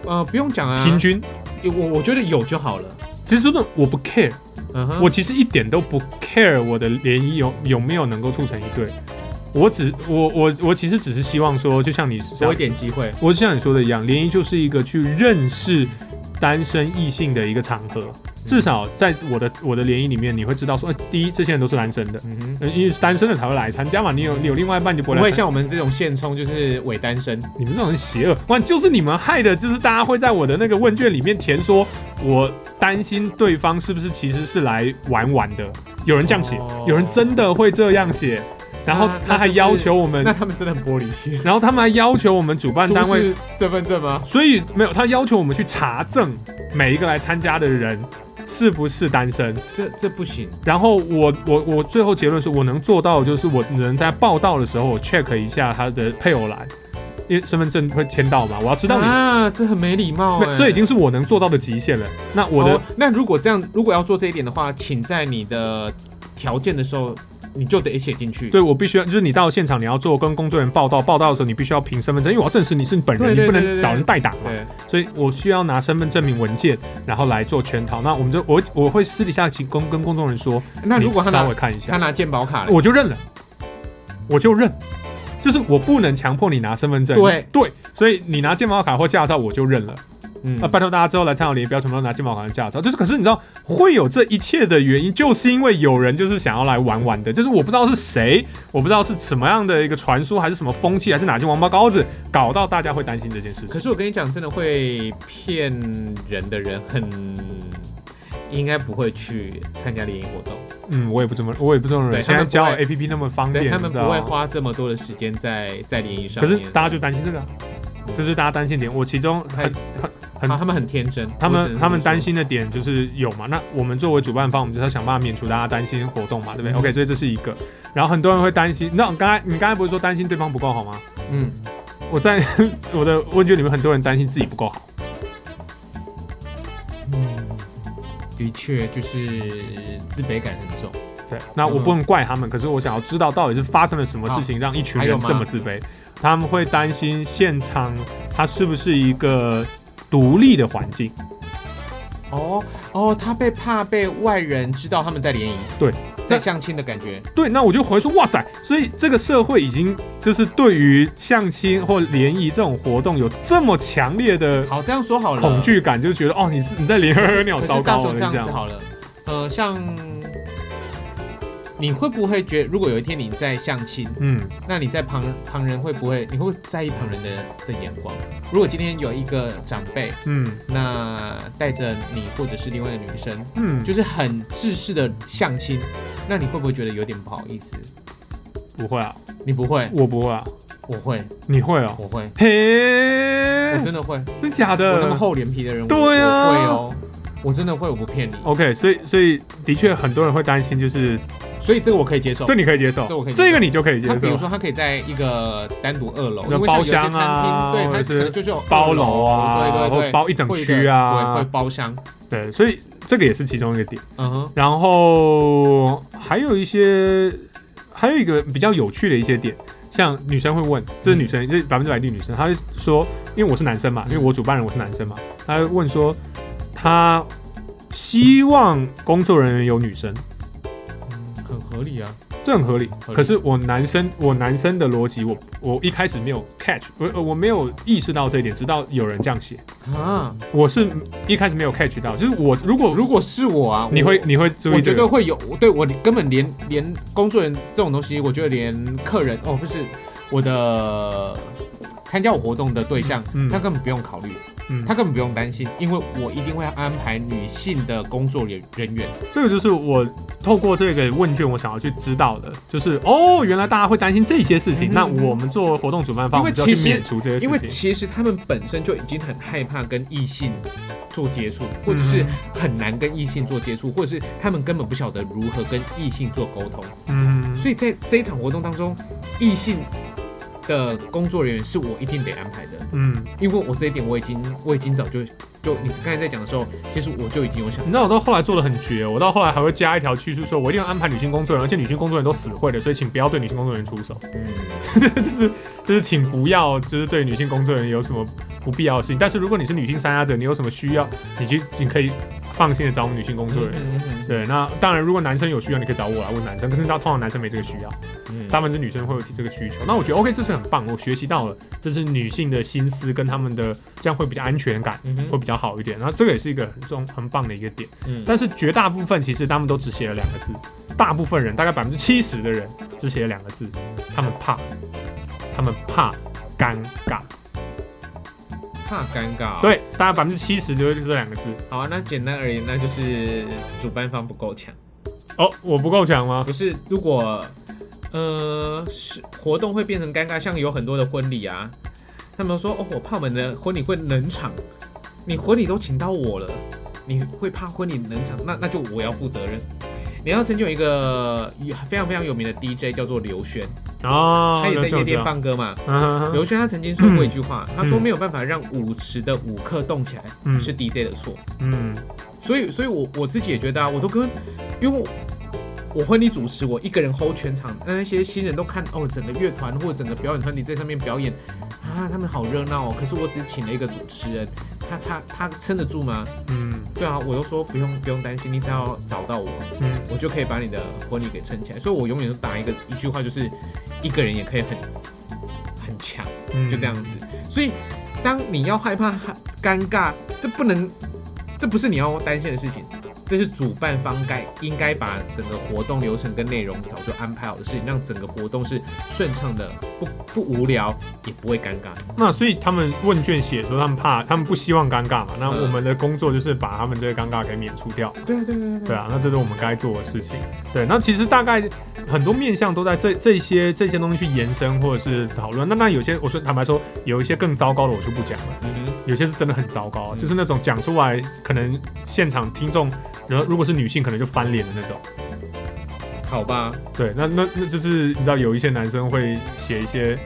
S2: 呃，不用讲啊，
S3: 平均。
S2: 我我觉得有就好了。
S3: 其实说真的，我不 care。
S2: 嗯哼，
S3: 我其实一点都不 care 我的联谊有有没有能够促成一对，我只我我我其实只是希望说，就像你
S2: 多
S3: 想
S2: 一，点机会。
S3: 我就像你说的一样，联谊就是一个去认识单身异性的一个场合。
S2: 嗯
S3: 至少在我的我的联谊里面，你会知道说，哎第一这些人都是单身的，
S2: 嗯哼，
S3: 呃因为是单身的才会来参加嘛。你有你有另外一半你就不会
S2: 不
S3: 来
S2: 会
S3: 参加。
S2: 像我们这种现充就是伪单身。
S3: 你们这种人邪恶，哇，就是你们害的，就是大家会在我的那个问卷里面填说，我担心对方是不是其实是来玩玩的，有人这样写，
S2: 哦
S3: 有人真的会这样写，然后
S2: 那
S3: 他还
S2: 那就是
S3: 要求我们，
S2: 那他们真的很玻璃心。
S3: 然后他们还要求我们主办单位，
S2: 出示身份证吗？
S3: 所以没有，他要求我们去查证每一个来参加的人是不是单身，
S2: 这这不行，
S3: 然后我我我最后结论是我能做到，就是我能在报道的时候我 check 一下他的配偶栏，因为身份证会签到嘛，我要知道你。
S2: 啊，这很没礼貌
S3: 没
S2: 哎。
S3: 这已经是我能做到的极限了。那我的、
S2: 哦那如果这样，如果要做这一点的话，请在你的条件的时候，你就得写进去。
S3: 对我必须要，就是你到现场你要做跟工作人员报道，报道的时候你必须要凭身份证，因为我要证实你是本人，
S2: 对对
S3: 你不
S2: 对对
S3: 能
S2: 对
S3: 找人代打嘛。
S2: 对，
S3: 所以我需要拿身份证明文件，然后来做全套。那我们就我我会私底下请跟跟工作人员说，
S2: 那如果他
S3: 你稍
S2: 拿
S3: 微看一
S2: 他
S3: 下，
S2: 拿健保卡嘞，
S3: 我就认了，我就认。就是我不能强迫你拿身份证，
S2: 对
S3: 对，所以你拿健保卡或驾照我就认了。
S2: 嗯
S3: 啊那拜托大家之后来参考联谊标，全部都拿健保卡和驾照。就是，可是你知道会有这一切的原因，就是因为有人就是想要来玩玩的，就是我不知道是谁，我不知道是什么样的一个传说，还是什么风气，还是哪根王八羔子，搞到大家会担心这件事
S2: 可
S3: 情。
S2: 是我跟你讲，真的会骗人的人很，应该不会去参加联谊活动，
S3: 嗯，我也不这么，我也不这么认为。
S2: 对
S3: 现
S2: 他
S3: 在
S2: 们
S3: 交友
S2: 不
S3: APP 那么方便，
S2: 对他
S3: 你
S2: 们
S3: 知
S2: 不
S3: 道
S2: 会
S3: 吗
S2: 花这么多的时间在在联谊上
S3: 可
S2: 面。
S3: 是大家就担心这个啊、这是大家担心点。我其中
S2: 太
S3: 很很很
S2: 啊，他们很天真，
S3: 他
S2: 我只
S3: 们
S2: 能
S3: 他们
S2: 这么
S3: 担
S2: 说
S3: 心的点就是有嘛，那我们作为主办方，我们就是要想办法免除大家担心活动嘛，对不对、o
S2: 嗯
S3: k 所以这是一个。然后很多人会担心，那我刚才你刚才不是说担心对方不够好吗？
S2: 嗯，
S3: 我在 我的问卷里面，很多人担心自己不够好。
S2: 的确就是自卑感很重。
S3: 对，那我不能怪他们，可是我想要知道到底是发生了什么事
S2: 嗯
S3: 情，让一群
S2: 还有
S3: 人
S2: 吗
S3: 这么自卑。他们会担心现场它是不是一个独立的环境。
S2: 哦哦，他被怕被外人知道他们在联谊，
S3: 对，
S2: 在相亲的感觉，
S3: 对，那我就回说，哇塞，所以这个社会已经就是对于相亲或联谊这种活动有这么强烈的
S2: 好这样说好了，
S3: 恐惧感，就觉得哦，你是你在联合而鸟，
S2: 可
S3: 糟
S2: 是大
S3: 糕
S2: 雄
S3: 了，
S2: 这
S3: 你
S2: 样
S3: 这
S2: 子
S3: 样。
S2: 好了，呃，像你会不会觉得，如果有一天你在相亲，
S3: 嗯，
S2: 那你在旁旁人会不会，你会不会在意旁人的的眼光？如果今天有一个长辈，
S3: 嗯
S2: 那带着你或者是另外一个女生，
S3: 嗯，
S2: 就是很制式的相亲，那你会不会觉得有点不好意思？
S3: 不会啊，
S2: 你不会，
S3: 我不会啊，
S2: 我会，
S3: 你会哦？
S2: 我会，
S3: 嘿
S2: 我，真的会，
S3: 真假
S2: 我这么
S3: 的
S2: 厚脸皮的人，我
S3: 嗯对啊哦
S2: 我会哦，我真的会，我不骗你，
S3: ？OK，所以所以的确很多人会担心，就是
S2: 所以这个我可以接受
S3: 这。你可以接受，
S2: 这我可以接受
S3: 这个你就可以接
S2: 他比如
S3: 受，
S2: 说，他可以在一个单独二楼，
S3: 那
S2: 因为像有些
S3: 包厢啊
S2: 餐厅
S3: 或者
S2: 对，他
S3: 是
S2: 可能就是有
S3: 包
S2: 二
S3: 楼啊，
S2: 对对
S3: 或
S2: 对，
S3: 包一整
S2: 会有一个
S3: 区
S2: 对，会
S3: 啊，
S2: 包厢，
S3: 对，所以这个也是其中一个点。
S2: 嗯哼，
S3: 然后还有一些，还有一个比较有趣的一些点，像女生会问，这是女生，这百分之百的女生，她会说，因为我是男生嘛，因
S2: 嗯
S3: 为我主办人我是男生嘛，她会问说，她希望工作人员有女生，
S2: 很合理啊。
S3: 这很合理。
S2: 合理
S3: 可是我男生，我男生的逻辑，我我一开始没有 catch，我我没有意识到这一点，直到有人这样写，
S2: 啊，
S3: 我是一开始没有 catch 到，就是我如果
S2: 如果是我啊，
S3: 你会
S2: 我。
S3: 你会注
S2: 我
S3: 意
S2: 觉
S3: 这
S2: 得
S3: 个，
S2: 会有，对我根本连连工作人员这种东西，我觉得连客人哦，不是我的参加我活动的对象，
S3: 嗯
S2: 他根本不用考虑，
S3: 嗯
S2: 他根本不用担心，因为我一定会安排女性的工作人人员。
S3: 这个就是我透过这个问卷，我想要去知道的，就是哦，原来大家会担心这些事情。
S2: 嗯哼
S3: 那我们作为活动主办方，我
S2: 因为
S3: 们就要去
S2: 其实
S3: 免除这些
S2: 因为
S3: 事情。
S2: 其实他们本身就已经很害怕跟异性做接触，或者是
S3: 嗯
S2: 很难跟异性做接触，或者是他们根本不晓得如何跟异性做沟通。
S3: 嗯，
S2: 所以在这一场活动当中，异性的工作人员是我一定得安排的，
S3: 嗯，
S2: 因为我这一点我已经我已经早就就你刚才在讲的时候，其实我就已经有想
S3: 你知道我到后来做的很绝，我到后来还会加一条叙述说，我一定要安排女性工作人员，而且女性工作人员都死会的，所以请不要对女性工作人员出 手。
S2: 嗯，
S3: 就是就是请不要就是对女性工作人员有什么不必要的事情。但是如果你是女性参加者，你有什么需要，你就你可以放心的找我们女性工
S2: 嗯
S3: 作人员。对，那当然，如果男生有需要，你可以找我来问男生。可是你知道，通常男生没这个需要。
S2: 嗯
S3: 大部分是女生会有提这个需求。那我觉得 OK，这是很棒，我学习到了，这是女性的心思跟她们的这样会比较安全感，
S2: 嗯
S3: 会
S2: 哼
S3: 比较好一点。然后这个也是一个很重很棒的一个点。
S2: 嗯
S3: 但是绝大部分其实他们都只写了两个字，大部分人大概百分之七十的人只写了两个字，他们怕，他们怕尴尬。
S2: 怕尴尬。，
S3: 对，大概百分之七十就是这两个字。
S2: 好啊，那简单而言，那就是主办方不够强。
S3: 哦，我不够强吗？
S2: 不是，如果呃是活动会变成尴尬，像有很多的婚礼啊，他们说哦，我怕我们的婚礼会冷场，你婚礼都请到我了，你会怕婚礼冷场，那那就我要负责任。你要曾经有一个有非常非常有名的 DJ 叫做刘轩，
S3: 哦，
S2: 他也在
S3: 有
S2: 夜
S3: 这
S2: 店
S3: 样。
S2: 放歌嘛。
S3: 嗯哼
S2: 刘
S3: 哼，
S2: 轩他曾经说过一句话，他说
S3: 嗯
S2: 没有办法让舞池的舞客动起来、
S3: 嗯
S2: 是 DJ 的错。
S3: 嗯
S2: 所以，所以我我自己也觉得啊，我都跟，因为我我婚礼主持，我一个人 hold 全场，那那些新人都看哦，整个乐团或者整个表演团体在上面表演啊，他们好热闹哦。可是我只请了一个主持人，他他他撑得住吗？
S3: 嗯
S2: 对啊，我都说不用不用担心，你只要找到我，
S3: 嗯，
S2: 我就可以把你的婚礼给撑起来。所以我永远都打一个一句话，就是一个人也可以很很强，
S3: 嗯
S2: 就这样子。所以当你要害怕、害尴尬，这不能，这不是你要担心的事情，这是主办方该应该把整个活动流程跟内容早就安排好的事情，让整个活动是顺畅的，不不无聊，也不会尴尬。
S3: 那所以他们问卷写说他们怕，他们不希望尴尬嘛。
S2: 嗯
S3: 那我们的工作就是把他们这个尴尬给免除掉。
S2: 对啊，对对
S3: 对啊，那这是我们该做的事情。对，那其实大概很多面向都在这这些这些东西去延伸或者是讨论。那那有些我说坦白说，有一些更糟糕的我就不讲了，
S2: 嗯哼，
S3: 有些是真的很糟糕，啊
S2: 嗯
S3: 就是那种讲出来可能现场听众，然后如果是女性可能就翻脸的那种。
S2: 好吧，
S3: 对，那那那就是你知道有一些男生会写一些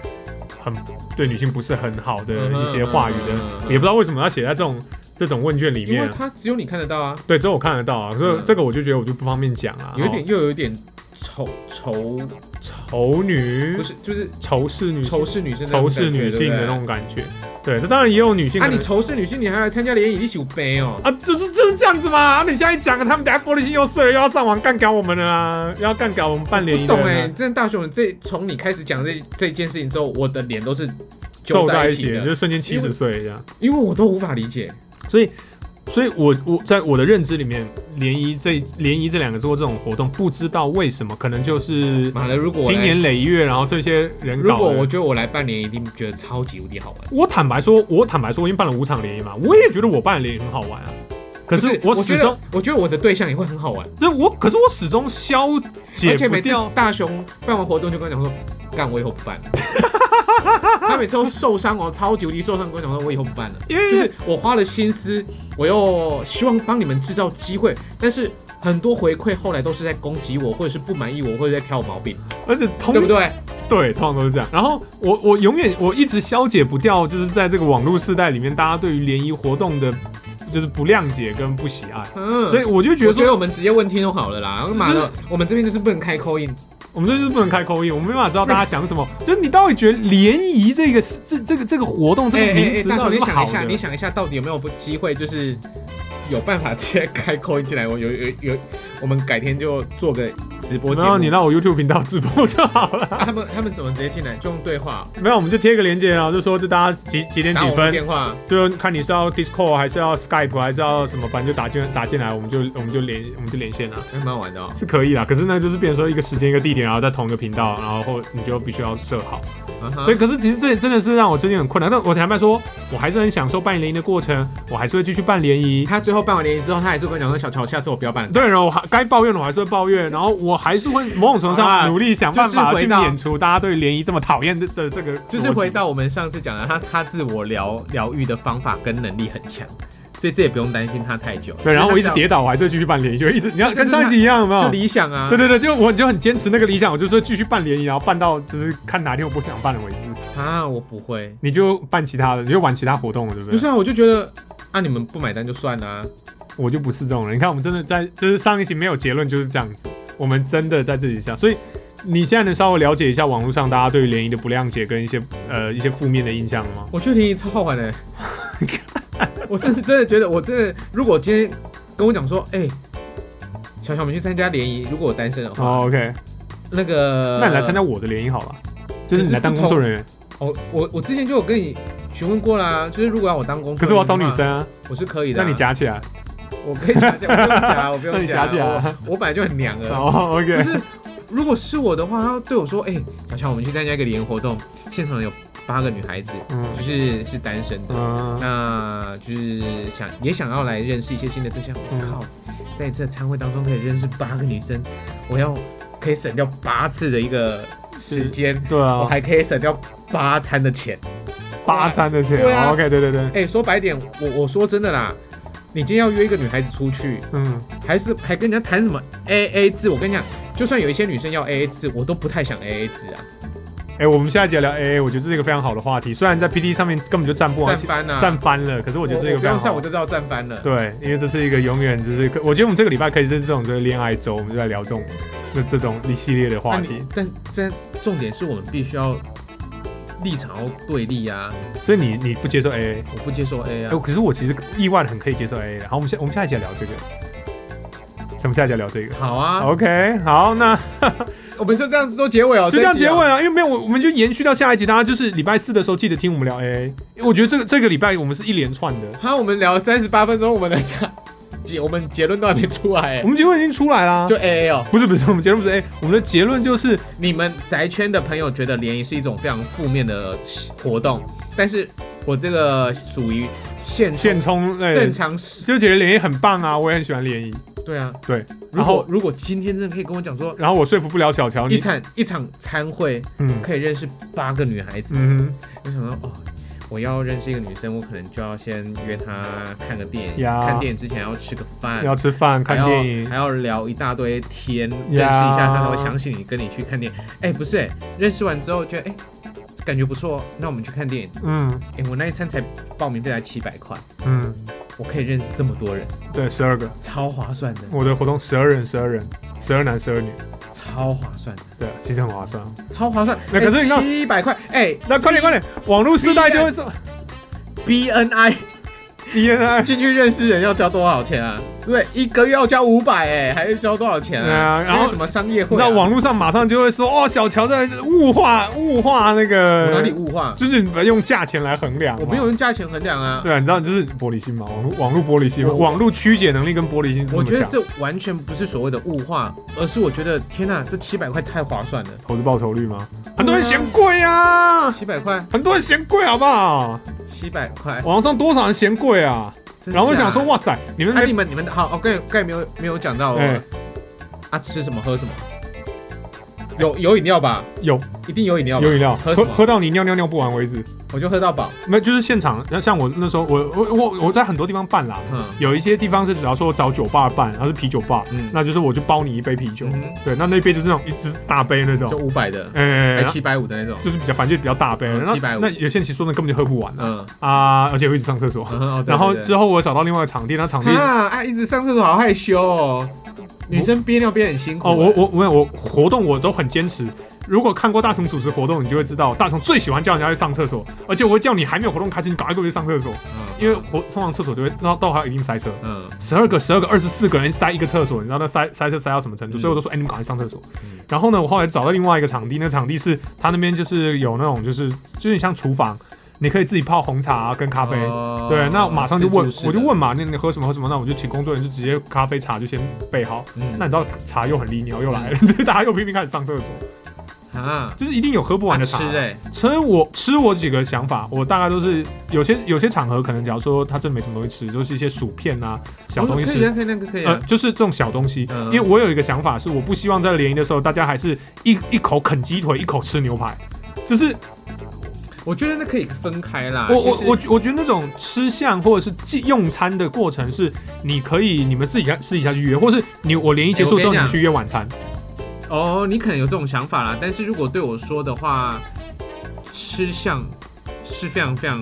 S3: 很对女性不是很好的
S2: 嗯哼
S3: 一些话语的，
S2: 嗯哼
S3: 也不知道为什么要写在这种这种问卷里
S2: 因为
S3: 面、啊。
S2: 它只有你看得到啊，
S3: 对，这我看得到啊，所以
S2: 嗯
S3: 这个我就觉得我就不方便讲啊。
S2: 有一
S3: 哦
S2: 点又有一点丑丑，
S3: 丑女，
S2: 不是就是
S3: 仇视女性
S2: 仇视女生的那种
S3: 仇视
S2: 感觉
S3: 女性的那。
S2: 对不对
S3: 种感觉。对，那当然也有女性
S2: 啊，
S3: 可能
S2: 你仇视女性，你还来参加联谊，你有悲哦。
S3: 啊，就是就是这样子嘛。啊你现在讲了，他们等下玻璃心又碎了，又要上网干掉我们了啊，又要干掉我们半脸
S2: 不
S3: 一的
S2: 懂
S3: 人
S2: 哎、
S3: 啊、
S2: 真的大雄，这从你开始讲这这件事情之后，我的脸都是
S3: 皱
S2: 揪在
S3: 一
S2: 一起
S3: 起，就
S2: 的，
S3: 是瞬间七
S2: 因
S3: 十
S2: 为
S3: 岁这样。
S2: 因为我都无法理解。
S3: 所以，所以我我在我的认知里面，联谊这联谊这两个做这种活动，不知道为什么，可能就是
S2: 妈的，如果我来
S3: 经年累月，然后这些人
S2: 如
S3: 搞的。
S2: 果我觉得我来半年，一定觉得超级无敌好玩。
S3: 我坦白说，我坦白说，我已经办了五场联谊嘛，我也觉得我办的联谊很好玩啊。可
S2: 不
S3: 是
S2: 我
S3: 始
S2: 觉
S3: 终
S2: 得，我觉得我的对象也会很好玩，
S3: 这我可是我始终消解
S2: 而且
S3: 不
S2: 每次
S3: 掉。
S2: 大雄办完活动就跟我讲说，干我以后不办了。他每次都受伤哦，超级无敌受伤，跟我讲说我以后不办了。
S3: 因为
S2: 就是我花了心思，我又希望帮你们制造机会，但是很多回馈后来都是在攻击我，或者是不满意我，或者在挑我毛病，
S3: 而且通
S2: 对不对？
S3: 对通常都是这样。然后我我永远我一直消解不掉，就是在这个网络时代里面，大家对于联谊活动的，就是不谅解跟不喜爱。
S2: 嗯，
S3: 所以我就觉
S2: 我
S3: 得
S2: 觉
S3: 说，
S2: 得我们直接问听众好了啦。妈的，我们这边就是不能开口音，
S3: 我们这就是不能开口音，我们没办法知道大家想什么。就是你到底觉得联谊这个这这个这个活动这
S2: 哎
S3: 个
S2: 哎
S3: 名
S2: 哎，
S3: 词
S2: 大
S3: 到
S2: 雄，
S3: 底
S2: 你
S3: 是
S2: 想
S3: 好
S2: 一下，
S3: 的
S2: 你？想一下，到底有没有机会，就是有办法直接开口音进来？我有有有，我们改天就做个直播节
S3: 然后你
S2: 目。
S3: 让我 YouTube 频道直播就好了。
S2: 啊、他们他们怎么直接进来？就用对话，
S3: 没有，我们就贴个链接，然后就说就大家几几点
S2: 打
S3: 几
S2: 我们
S3: 分，
S2: 电话。
S3: 就看你是要 Discord 还是要 Skype 还是要什么，反正就打进打进来，我们就我们就连我们就连线啊，
S2: 还蛮好玩的哦，
S3: 是可以啦。可是呢，就是变成说一个时间一个地点，然后在同一个频道，然后或你就必须要设好。
S2: 啊哈
S3: 所以，可是其实这真的是让我最近很困难。但我坦白说，我还是很享受办联谊的过程，我还是会继续办联谊。
S2: 他最后办完联谊之后，他还是跟我讲说：“小乔，下次我不要办了。”
S3: 对，然后我还该抱怨的我还是会抱怨，然后我还是会某种程度
S2: 啊
S3: 上努力想办法
S2: 就是
S3: 去
S2: 回到
S3: 免除大家对联谊这么讨厌的这这个逻辑。
S2: 就是回到我们上次讲的，他他自我疗疗愈的方法跟能力很强，所以这也不用担心他太久。
S3: 对，然后我一直
S2: 因为
S3: 跌倒，我还是会继续办联谊，就一直你要
S2: 就是
S3: 跟上一集一样，有没
S2: 他，就
S3: 有？
S2: 理想啊，
S3: 对对对，就我就很坚持那个理想，我就说继续办联谊，然后办到就是看哪天我不想办了为止。
S2: 啊，我不会，
S3: 你就办其他的，你就玩其他活动了，对不
S2: 不
S3: 对？
S2: 是啊，我就觉得啊，你们不买单就算啦、啊
S3: 我就不是这种人。你看，我们真的在就是上一期没有结论就是这样子，我们真的在自己想，所以你现在能稍微了解一下网络上大家对于联谊的不谅解跟一些呃一些负面的印象吗？
S2: 我觉得联谊超好 玩的、我真的真的觉得，我真的如果今天跟我讲说，哎、小小我们去参加联谊，如果我单身的话，
S3: 哦、o k
S2: 那个
S3: 那你来参加我的联谊好了，就是你来当工作人员，
S2: 哦，我我之前就有跟你询问过啦，就是如果要我当工作，
S3: 可是我要找女，生啊，
S2: 我是可以的、
S3: 那你。夹起来。
S2: 我可以夹夹，我不用夹，我不
S3: 那
S2: 用
S3: 你夹
S2: 夹，
S3: 夹啊
S2: 我我本来就很娘了。
S3: 哦，OK、
S2: 不
S3: o k
S2: 是，如果是我的话，他对我说：“哎、小乔，我们去参加一个联谊活动，现场有八个女孩子，
S3: 嗯
S2: 就是是单身的，
S3: 嗯，
S2: 那就是想也想要来认识一些新的对象。我
S3: 嗯
S2: 靠，在这餐会当中可以认识八个女生，我要可以省掉八次的一个时间，
S3: 对
S2: 我
S3: 啊，
S2: 还可以省掉八餐的钱。”
S3: 八餐的钱、
S2: 对啊
S3: 哦 o k 对对对，
S2: 哎、说白点，我我说真的啦，你今天要约一个女孩子出去，
S3: 嗯，
S2: 还是还跟人家谈什么 A A 制？我跟你讲，就算有一些女生要 A A 制，我都不太想 A A 制啊，
S3: 哎、我们下一节聊 AA，我觉得这是一个非常好的话题。虽然在 PT 上面根本就站不完
S2: 站，翻啊！
S3: 站翻了，可是我
S2: 我
S3: 觉得这是一个
S2: 不
S3: 非常
S2: 用
S3: 好
S2: 上我就知道站翻了。
S3: 对，因为这是一个永远就是，我觉得我们这个礼拜可以是这种就是恋爱周，我们就在聊这种这这种一系列的
S2: 那
S3: 话
S2: 你
S3: 题。
S2: 但但重点是我们必须要立场要对立啊！
S3: 所以你你不接受 AA，
S2: 我不接受 A
S3: 哎、
S2: 啊！
S3: 可是我其实意外的很可以接受 AA 的。好，我们下我们下一节聊这个，我们下一节聊这个。
S2: 好啊，
S3: OK，好，那
S2: 我们就这样子做结尾哦，
S3: 就这样
S2: 一集
S3: 结
S2: 哦
S3: 尾。啊，因为没有我，我们就延续到下一集，大家就是礼拜四的时候记得听我们聊 AA，因为我觉得这个这个礼拜我们是一连串的，
S2: 好，我们聊三十八分钟，我们的结 结我们结论都还没出来
S3: 我
S2: 欸，
S3: 们结论已经出来啦
S2: 就。A A 哦。
S3: 不是不是，我们结论不是 A，我们的结论就是
S2: 你们宅圈的朋友觉得联谊是一种非常负面的活动，但是我这个属于现
S3: 现充，哎、
S2: 正常是，
S3: 就觉得联谊很棒啊，我也很喜欢联谊。
S2: 对啊，
S3: 对。
S2: 如
S3: 然
S2: 果
S3: 后
S2: 如果今天真的可以跟我讲说，
S3: 然后我说服不了小乔，
S2: 一
S3: 你
S2: 场一场餐会
S3: 嗯
S2: 可以认识八个女孩子，
S3: 嗯
S2: 我想到哦，我要认识一个女生，我可能就要先约她看个电影，
S3: 呀
S2: 看电影之前要吃个
S3: 哼，
S2: 饭。
S3: 要吃饭看
S2: 还要
S3: 电影
S2: 哎还，要聊一大堆天，认识一
S3: 呀
S2: 下，她才会想起你，跟你去看电影。哎、不是、哎，认识完之后觉得哎、感觉不错，那我们去看电影。
S3: 嗯
S2: 哎、我那一餐才报名费才七百块，
S3: 嗯，
S2: 我可以认识这么多人，
S3: 对，十二个，
S2: 超划算的，
S3: 我的活动十二人，十二人，十二男，十二女，
S2: 超划算的，
S3: 对，其实很划算。
S2: 超划算。
S3: 那可是你看
S2: 七百块，哎、
S3: 那快点快点，网络时代就会 说
S2: b N I
S3: DNA
S2: 进去认识人要交多少钱啊？对，一个月要交五百，哎，还要交多少钱
S3: 对
S2: 啊？
S3: 啊然后
S2: 那是什么商业会、啊？
S3: 那网络上马上就会说，哦，小乔在物化物化那
S2: 我
S3: 个
S2: 哪里物化？
S3: 就是你们用价钱来衡量嘛。
S2: 我没有用价钱衡量啊。
S3: 嗯对啊，你知道就是玻璃心嘛，网络网络玻璃心嘛，
S2: 我
S3: 网络曲解能力跟玻璃心是
S2: 我
S3: 么
S2: 觉得
S3: 强，
S2: 这完全不是所谓的物化，而是我觉得天呐，这七百块太划算了，
S3: 投资报酬率吗？很多人嫌贵啊，
S2: 七百块，
S3: 很多人嫌贵好不好？
S2: 七百块。
S3: 网上多少人嫌贵啊？
S2: 真
S3: 然后我
S2: 假
S3: 想说，哇塞，你们
S2: 啊，
S3: 没
S2: 你们你们好，我刚才刚才没有没有讲到哦、
S3: 哎
S2: 啊，吃什么喝什么？有有饮料吧？
S3: 有
S2: 一定有饮料吧？
S3: 有饮料，
S2: 喝
S3: 喝
S2: 什么
S3: 喝到你尿尿尿不完为止。
S2: 我就喝到饱。
S3: 没有就是现场，那像我那时候，我我我我在很多地方办啦，
S2: 嗯
S3: 有一些地方是只要说找酒吧办，然后是啤酒吧，
S2: 嗯，
S3: 那就是我就包你一杯啤酒，
S2: 嗯哼
S3: 对，那那杯就是那种一只大杯那
S2: 就
S3: 种，
S2: 五百的，
S3: 哎、
S2: 还
S3: 然后
S2: 七百五的那种。
S3: 就是比较反正就比较大杯，
S2: 嗯
S3: 然后
S2: 750
S3: 那有些人其实说的根本就喝不完啊，
S2: 嗯，
S3: 啊而且会一直上厕 所。
S2: 嗯哦对
S3: 然后
S2: 对对
S3: 之后我找到另外一个场地，那场地
S2: 啊啊，一直上厕所好害羞哦。女生憋尿憋很辛苦
S3: 哦，我
S2: 哎
S3: 我我有我活动我都很坚持。如果看过大雄主持活动，你就会知道，大雄最喜欢叫人家去上厕所，而且我会叫你还没有活动开始，你赶快给我去上厕所，因为活通常厕所就会到到还有一定塞车，
S2: 嗯
S3: 十二个、十二个、二十四个人塞一个厕所，你知道那塞塞车塞到什么程度？
S2: 嗯
S3: 所以我都说，哎、你们赶快上厕所
S2: 嗯。
S3: 然后呢，我后来找到另外一个场地，那场地是它那边就是有那种就是就是像厨房，你可以自己泡红茶、啊跟咖啡。
S2: 哦
S3: 对，那马上就问
S2: 自助式，的
S3: 我就问嘛，那你喝什么喝什么？那我就请工作人员就直接咖啡茶就先备好。
S2: 嗯
S3: 那你知道茶又很利尿又来了， 就是大家又拼命开始上厕所，
S2: 啊，
S3: 就是一定有喝不完的
S2: 啊
S3: 茶。
S2: 吃嘞，
S3: 吃我吃我几个想法，我大概都是有些有些场合可能，假如说他真没什么东西吃，就是一些薯片啊小东西
S2: 哦可以啊，
S3: 吃。
S2: 可以那个可以
S3: 呃
S2: 啊，，
S3: 就是这种小东西，
S2: 嗯
S3: 因为我有一个想法，是我不希望在联谊的时候，大家还是一一口啃鸡腿，一口吃牛排，就是
S2: 啊我觉得那可以分开啦。
S3: 我我
S2: 就是
S3: 我觉我觉得那种吃相或者是记用餐的过程是，你可以你们自己下私底下去约，或是你我联谊结束之
S2: 哎
S3: 后
S2: 我跟
S3: 你
S2: 你讲
S3: 们去约晚餐，
S2: 哦，你可能有这种想法啦，但是如果对我说的话，吃相是非常非常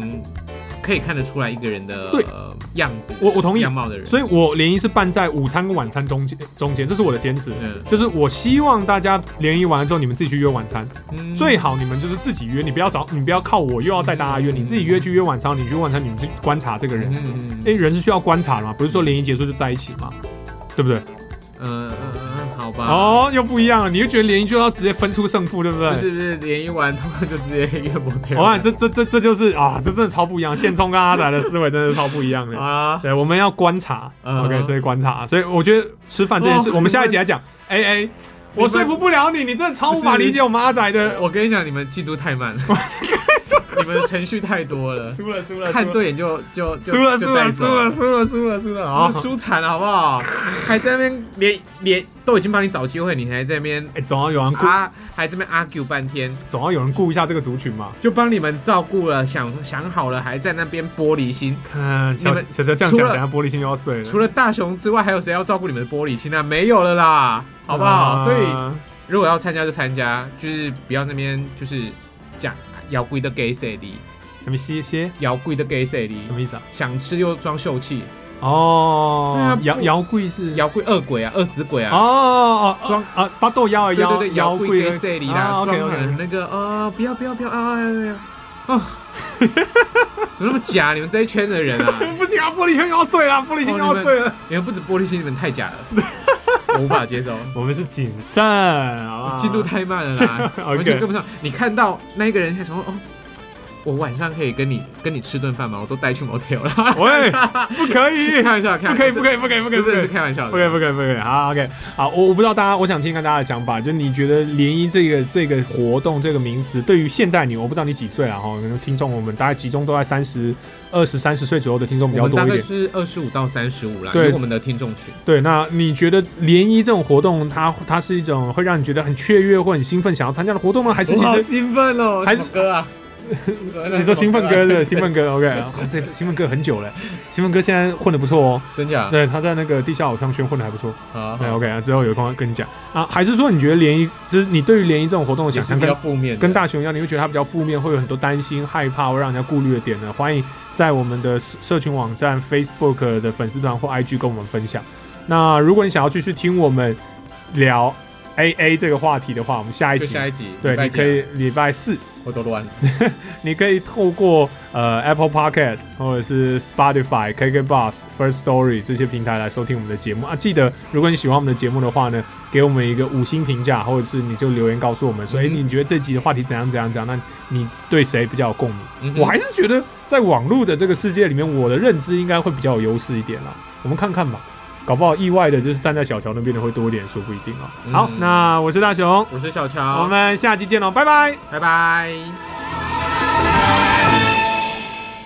S2: 可以看得出来一个人的
S3: 对
S2: 呃样子，
S3: 我我同意
S2: 样貌的人，
S3: 所以我联谊是办在午餐跟晚餐中间中间，这是我的坚持。
S2: 嗯
S3: 就是我希望大家联谊完了之后，你们自己去约晚餐，
S2: 嗯
S3: 最好你们就是自己约，你不要找，你不要靠我又要带大家约，
S2: 嗯
S3: 你自己约去约晚餐，你去晚餐你们去观察这个人，
S2: 嗯嗯
S3: 诶，人是需要观察的嘛，不是说联谊结束就在一起嘛，对不对？
S2: 嗯嗯嗯，好吧。
S3: 哦，又不一样了，你就觉得联谊就要直接分出胜负，对不对？
S2: 不是不是，联谊完他们就直接约模特
S3: 我看这这这这就是啊，这真的超不一样，现充跟阿仔的思维真的是超不一样的。
S2: 啊，
S3: 对，我们要观察、
S2: 嗯
S3: o k 所以观察，所以我觉得吃饭这件事，
S2: 哦
S3: 我们下一集来讲。A A，
S2: 你们
S3: 我说服不了你，你真的超无法
S2: 不是
S3: 理解我们阿仔的。
S2: 我跟你讲，你们进度太 慢了，你们的程序太多了，
S3: 输了输了
S2: 看对眼就就就
S3: 输了
S2: 就
S3: 输
S2: 带
S3: 了
S2: 走嗯
S3: 输了输了输了输了啊！
S2: 输惨了好不好？还在那边连连都已经帮你找机会，你还在那边
S3: 哎，总要有人顾，
S2: 啊，还在那边 argue 半天，
S3: 总要有人顾一下这个族群嘛。
S2: 就帮你们照顾了，想想好了，还在那边玻璃心。
S3: 嗯，小
S2: 你们
S3: 小小这样
S2: 除
S3: 讲，
S2: 了
S3: 等下玻璃心又要碎了
S2: 除，了大雄之外，还有谁要照顾你们的玻璃心啊？没有了啦，好不好？
S3: 啊
S2: 所以如果要参加就参加，就是不要那边就是讲摇贵的给谁的，
S3: 什么歇歇
S2: 摇贵的给谁的，
S3: 什么意思啊？
S2: 想吃又装秀气，对啊
S3: 哦，
S2: 不
S3: 摇摇柜是
S2: 摇贵恶鬼啊，饿死鬼啊！
S3: 哦哦
S2: 装
S3: 装啊八豆腰啊
S2: 对
S3: 腰
S2: 对对，摇
S3: 腰
S2: 贵
S3: 柜
S2: 给
S3: 那
S2: 谁里
S3: 啊
S2: 啦，
S3: ，OK，OK，OK
S2: 装很那个啊，不要不要不要啊啊啊啊！啊 怎么那么假？你们这一圈的人啊， 哦
S3: 不行啊，玻璃心要碎了，玻璃心要碎了。
S2: 你们不止玻璃心，你们太假了。我无法接受，
S3: 我们是谨慎，好不好
S2: 进度太慢了啦，完全
S3: OK
S2: 跟不上。你看到那一个人，他想说哦，我晚上可以跟你跟你吃顿饭吗？我都带去 motel 了。
S3: 喂，不可 以，
S2: 开玩笑，开
S3: 不
S2: 玩
S3: 可以，
S2: 笑，
S3: 不可以，不可以，不可以，
S2: 这
S3: 不
S2: 真
S3: 可
S2: 的是
S3: 以。
S2: 开玩笑
S3: 不可以，
S2: 的。
S3: 不可以，不可以。好，OK，好，我我不知道大家，我想听看大家的想法，就你觉得联谊这个这个活动这个名词，对于现在你，我不知道你几岁了哈，可能听众我们大概集中都在三十二十三十岁左右的听众比较
S2: 我们
S3: 多
S2: 大
S3: 一
S2: 概
S3: 点。
S2: 是二十五到三十五啦，
S3: 对
S2: 以我们的听众群。
S3: 对，那你觉得联谊这种活动，它它是一种会让你觉得很雀跃或很兴奋想要参加的活动吗？还是
S2: 我
S3: 哎其
S2: 好
S3: 实
S2: 兴奋哦，
S3: 还
S2: 什
S3: 是
S2: 么歌啊？
S3: 你说兴奋哥
S2: 的
S3: 的兴奋哥，OK，啊 这兴奋哥很久了，兴奋哥现在混的不错哦，
S2: 真假？
S3: 对，他在那个地下偶像圈混的还不错，
S2: 好，
S3: 对
S2: 好
S3: ，OK，啊之后有空跟你讲啊，还是说你觉得联谊，就是你对于联谊这种活动的
S2: 也
S3: 想
S2: 是
S3: 象
S2: 比
S3: 跟
S2: 较负面的，
S3: 跟大雄一样，你会觉得它比较负面，会有很多担心、害怕，会让人家顾虑的点呢？欢迎在我们的社社群网站、Facebook 的粉丝团或 IG 跟我们分享。那如果你想要继续听我们聊 AA 这个话题的话，我们下一
S2: 就
S3: 集
S2: 下一集，
S3: 对，
S2: 礼拜
S3: 你
S2: 几
S3: 可
S2: 啊
S3: 以礼拜四，
S2: 我都乱。
S3: 你可以透过呃 Apple Podcast 或者是 Spotify、KK Bus、First Story 这些平台来收听我们的节目啊。记得，如果你喜欢我们的节目的话呢，给我们一个五星评价，或者是你就留言告诉我们说，哎、
S2: 嗯
S3: 你觉得这集的话题怎样怎样怎样？那你对谁比较有共鸣？
S2: 嗯哼
S3: 我还是觉得在网络的这个世界里面，我的认知应该会比较有优势一点啦。我们看看吧，搞不好意外的就是站在小乔那边的会多一点，说不一定啊。好，
S2: 嗯
S3: 那我是大雄，
S2: 我是小
S3: 我
S2: 乔，
S3: 们下期见喽，拜拜。
S2: 拜拜。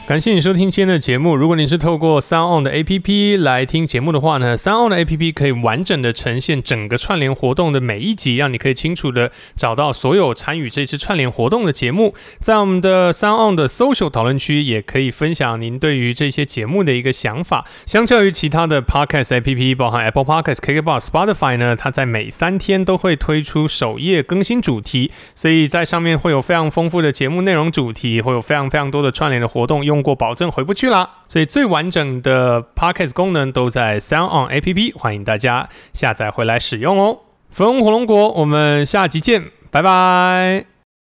S4: 感谢你收听今天的节目。如果你是透过 Sound On 的 APP 来听节目的话呢，Sound On 的 APP 可以完整的呈现整个串联活动的每一集，让你可以清楚的找到所有参与这次串联活动的节目。在我们的 Sound On 的 Social 讨论区，也可以分享您对于这些节目的一个想法。相较于其他的 Podcast APP，包含 Apple Podcast、KKBox、Spotify 呢，它在每三天都会推出首页更新主题，所以在上面会有非常丰富的节目内容主题，会有非常非常多的串联的活动，用过保证回不去啦。所以最完整的 podcast 功能都在 Sound On APP，欢迎大家下载回来使用哦。粉红火龙果，我们下集见，拜拜。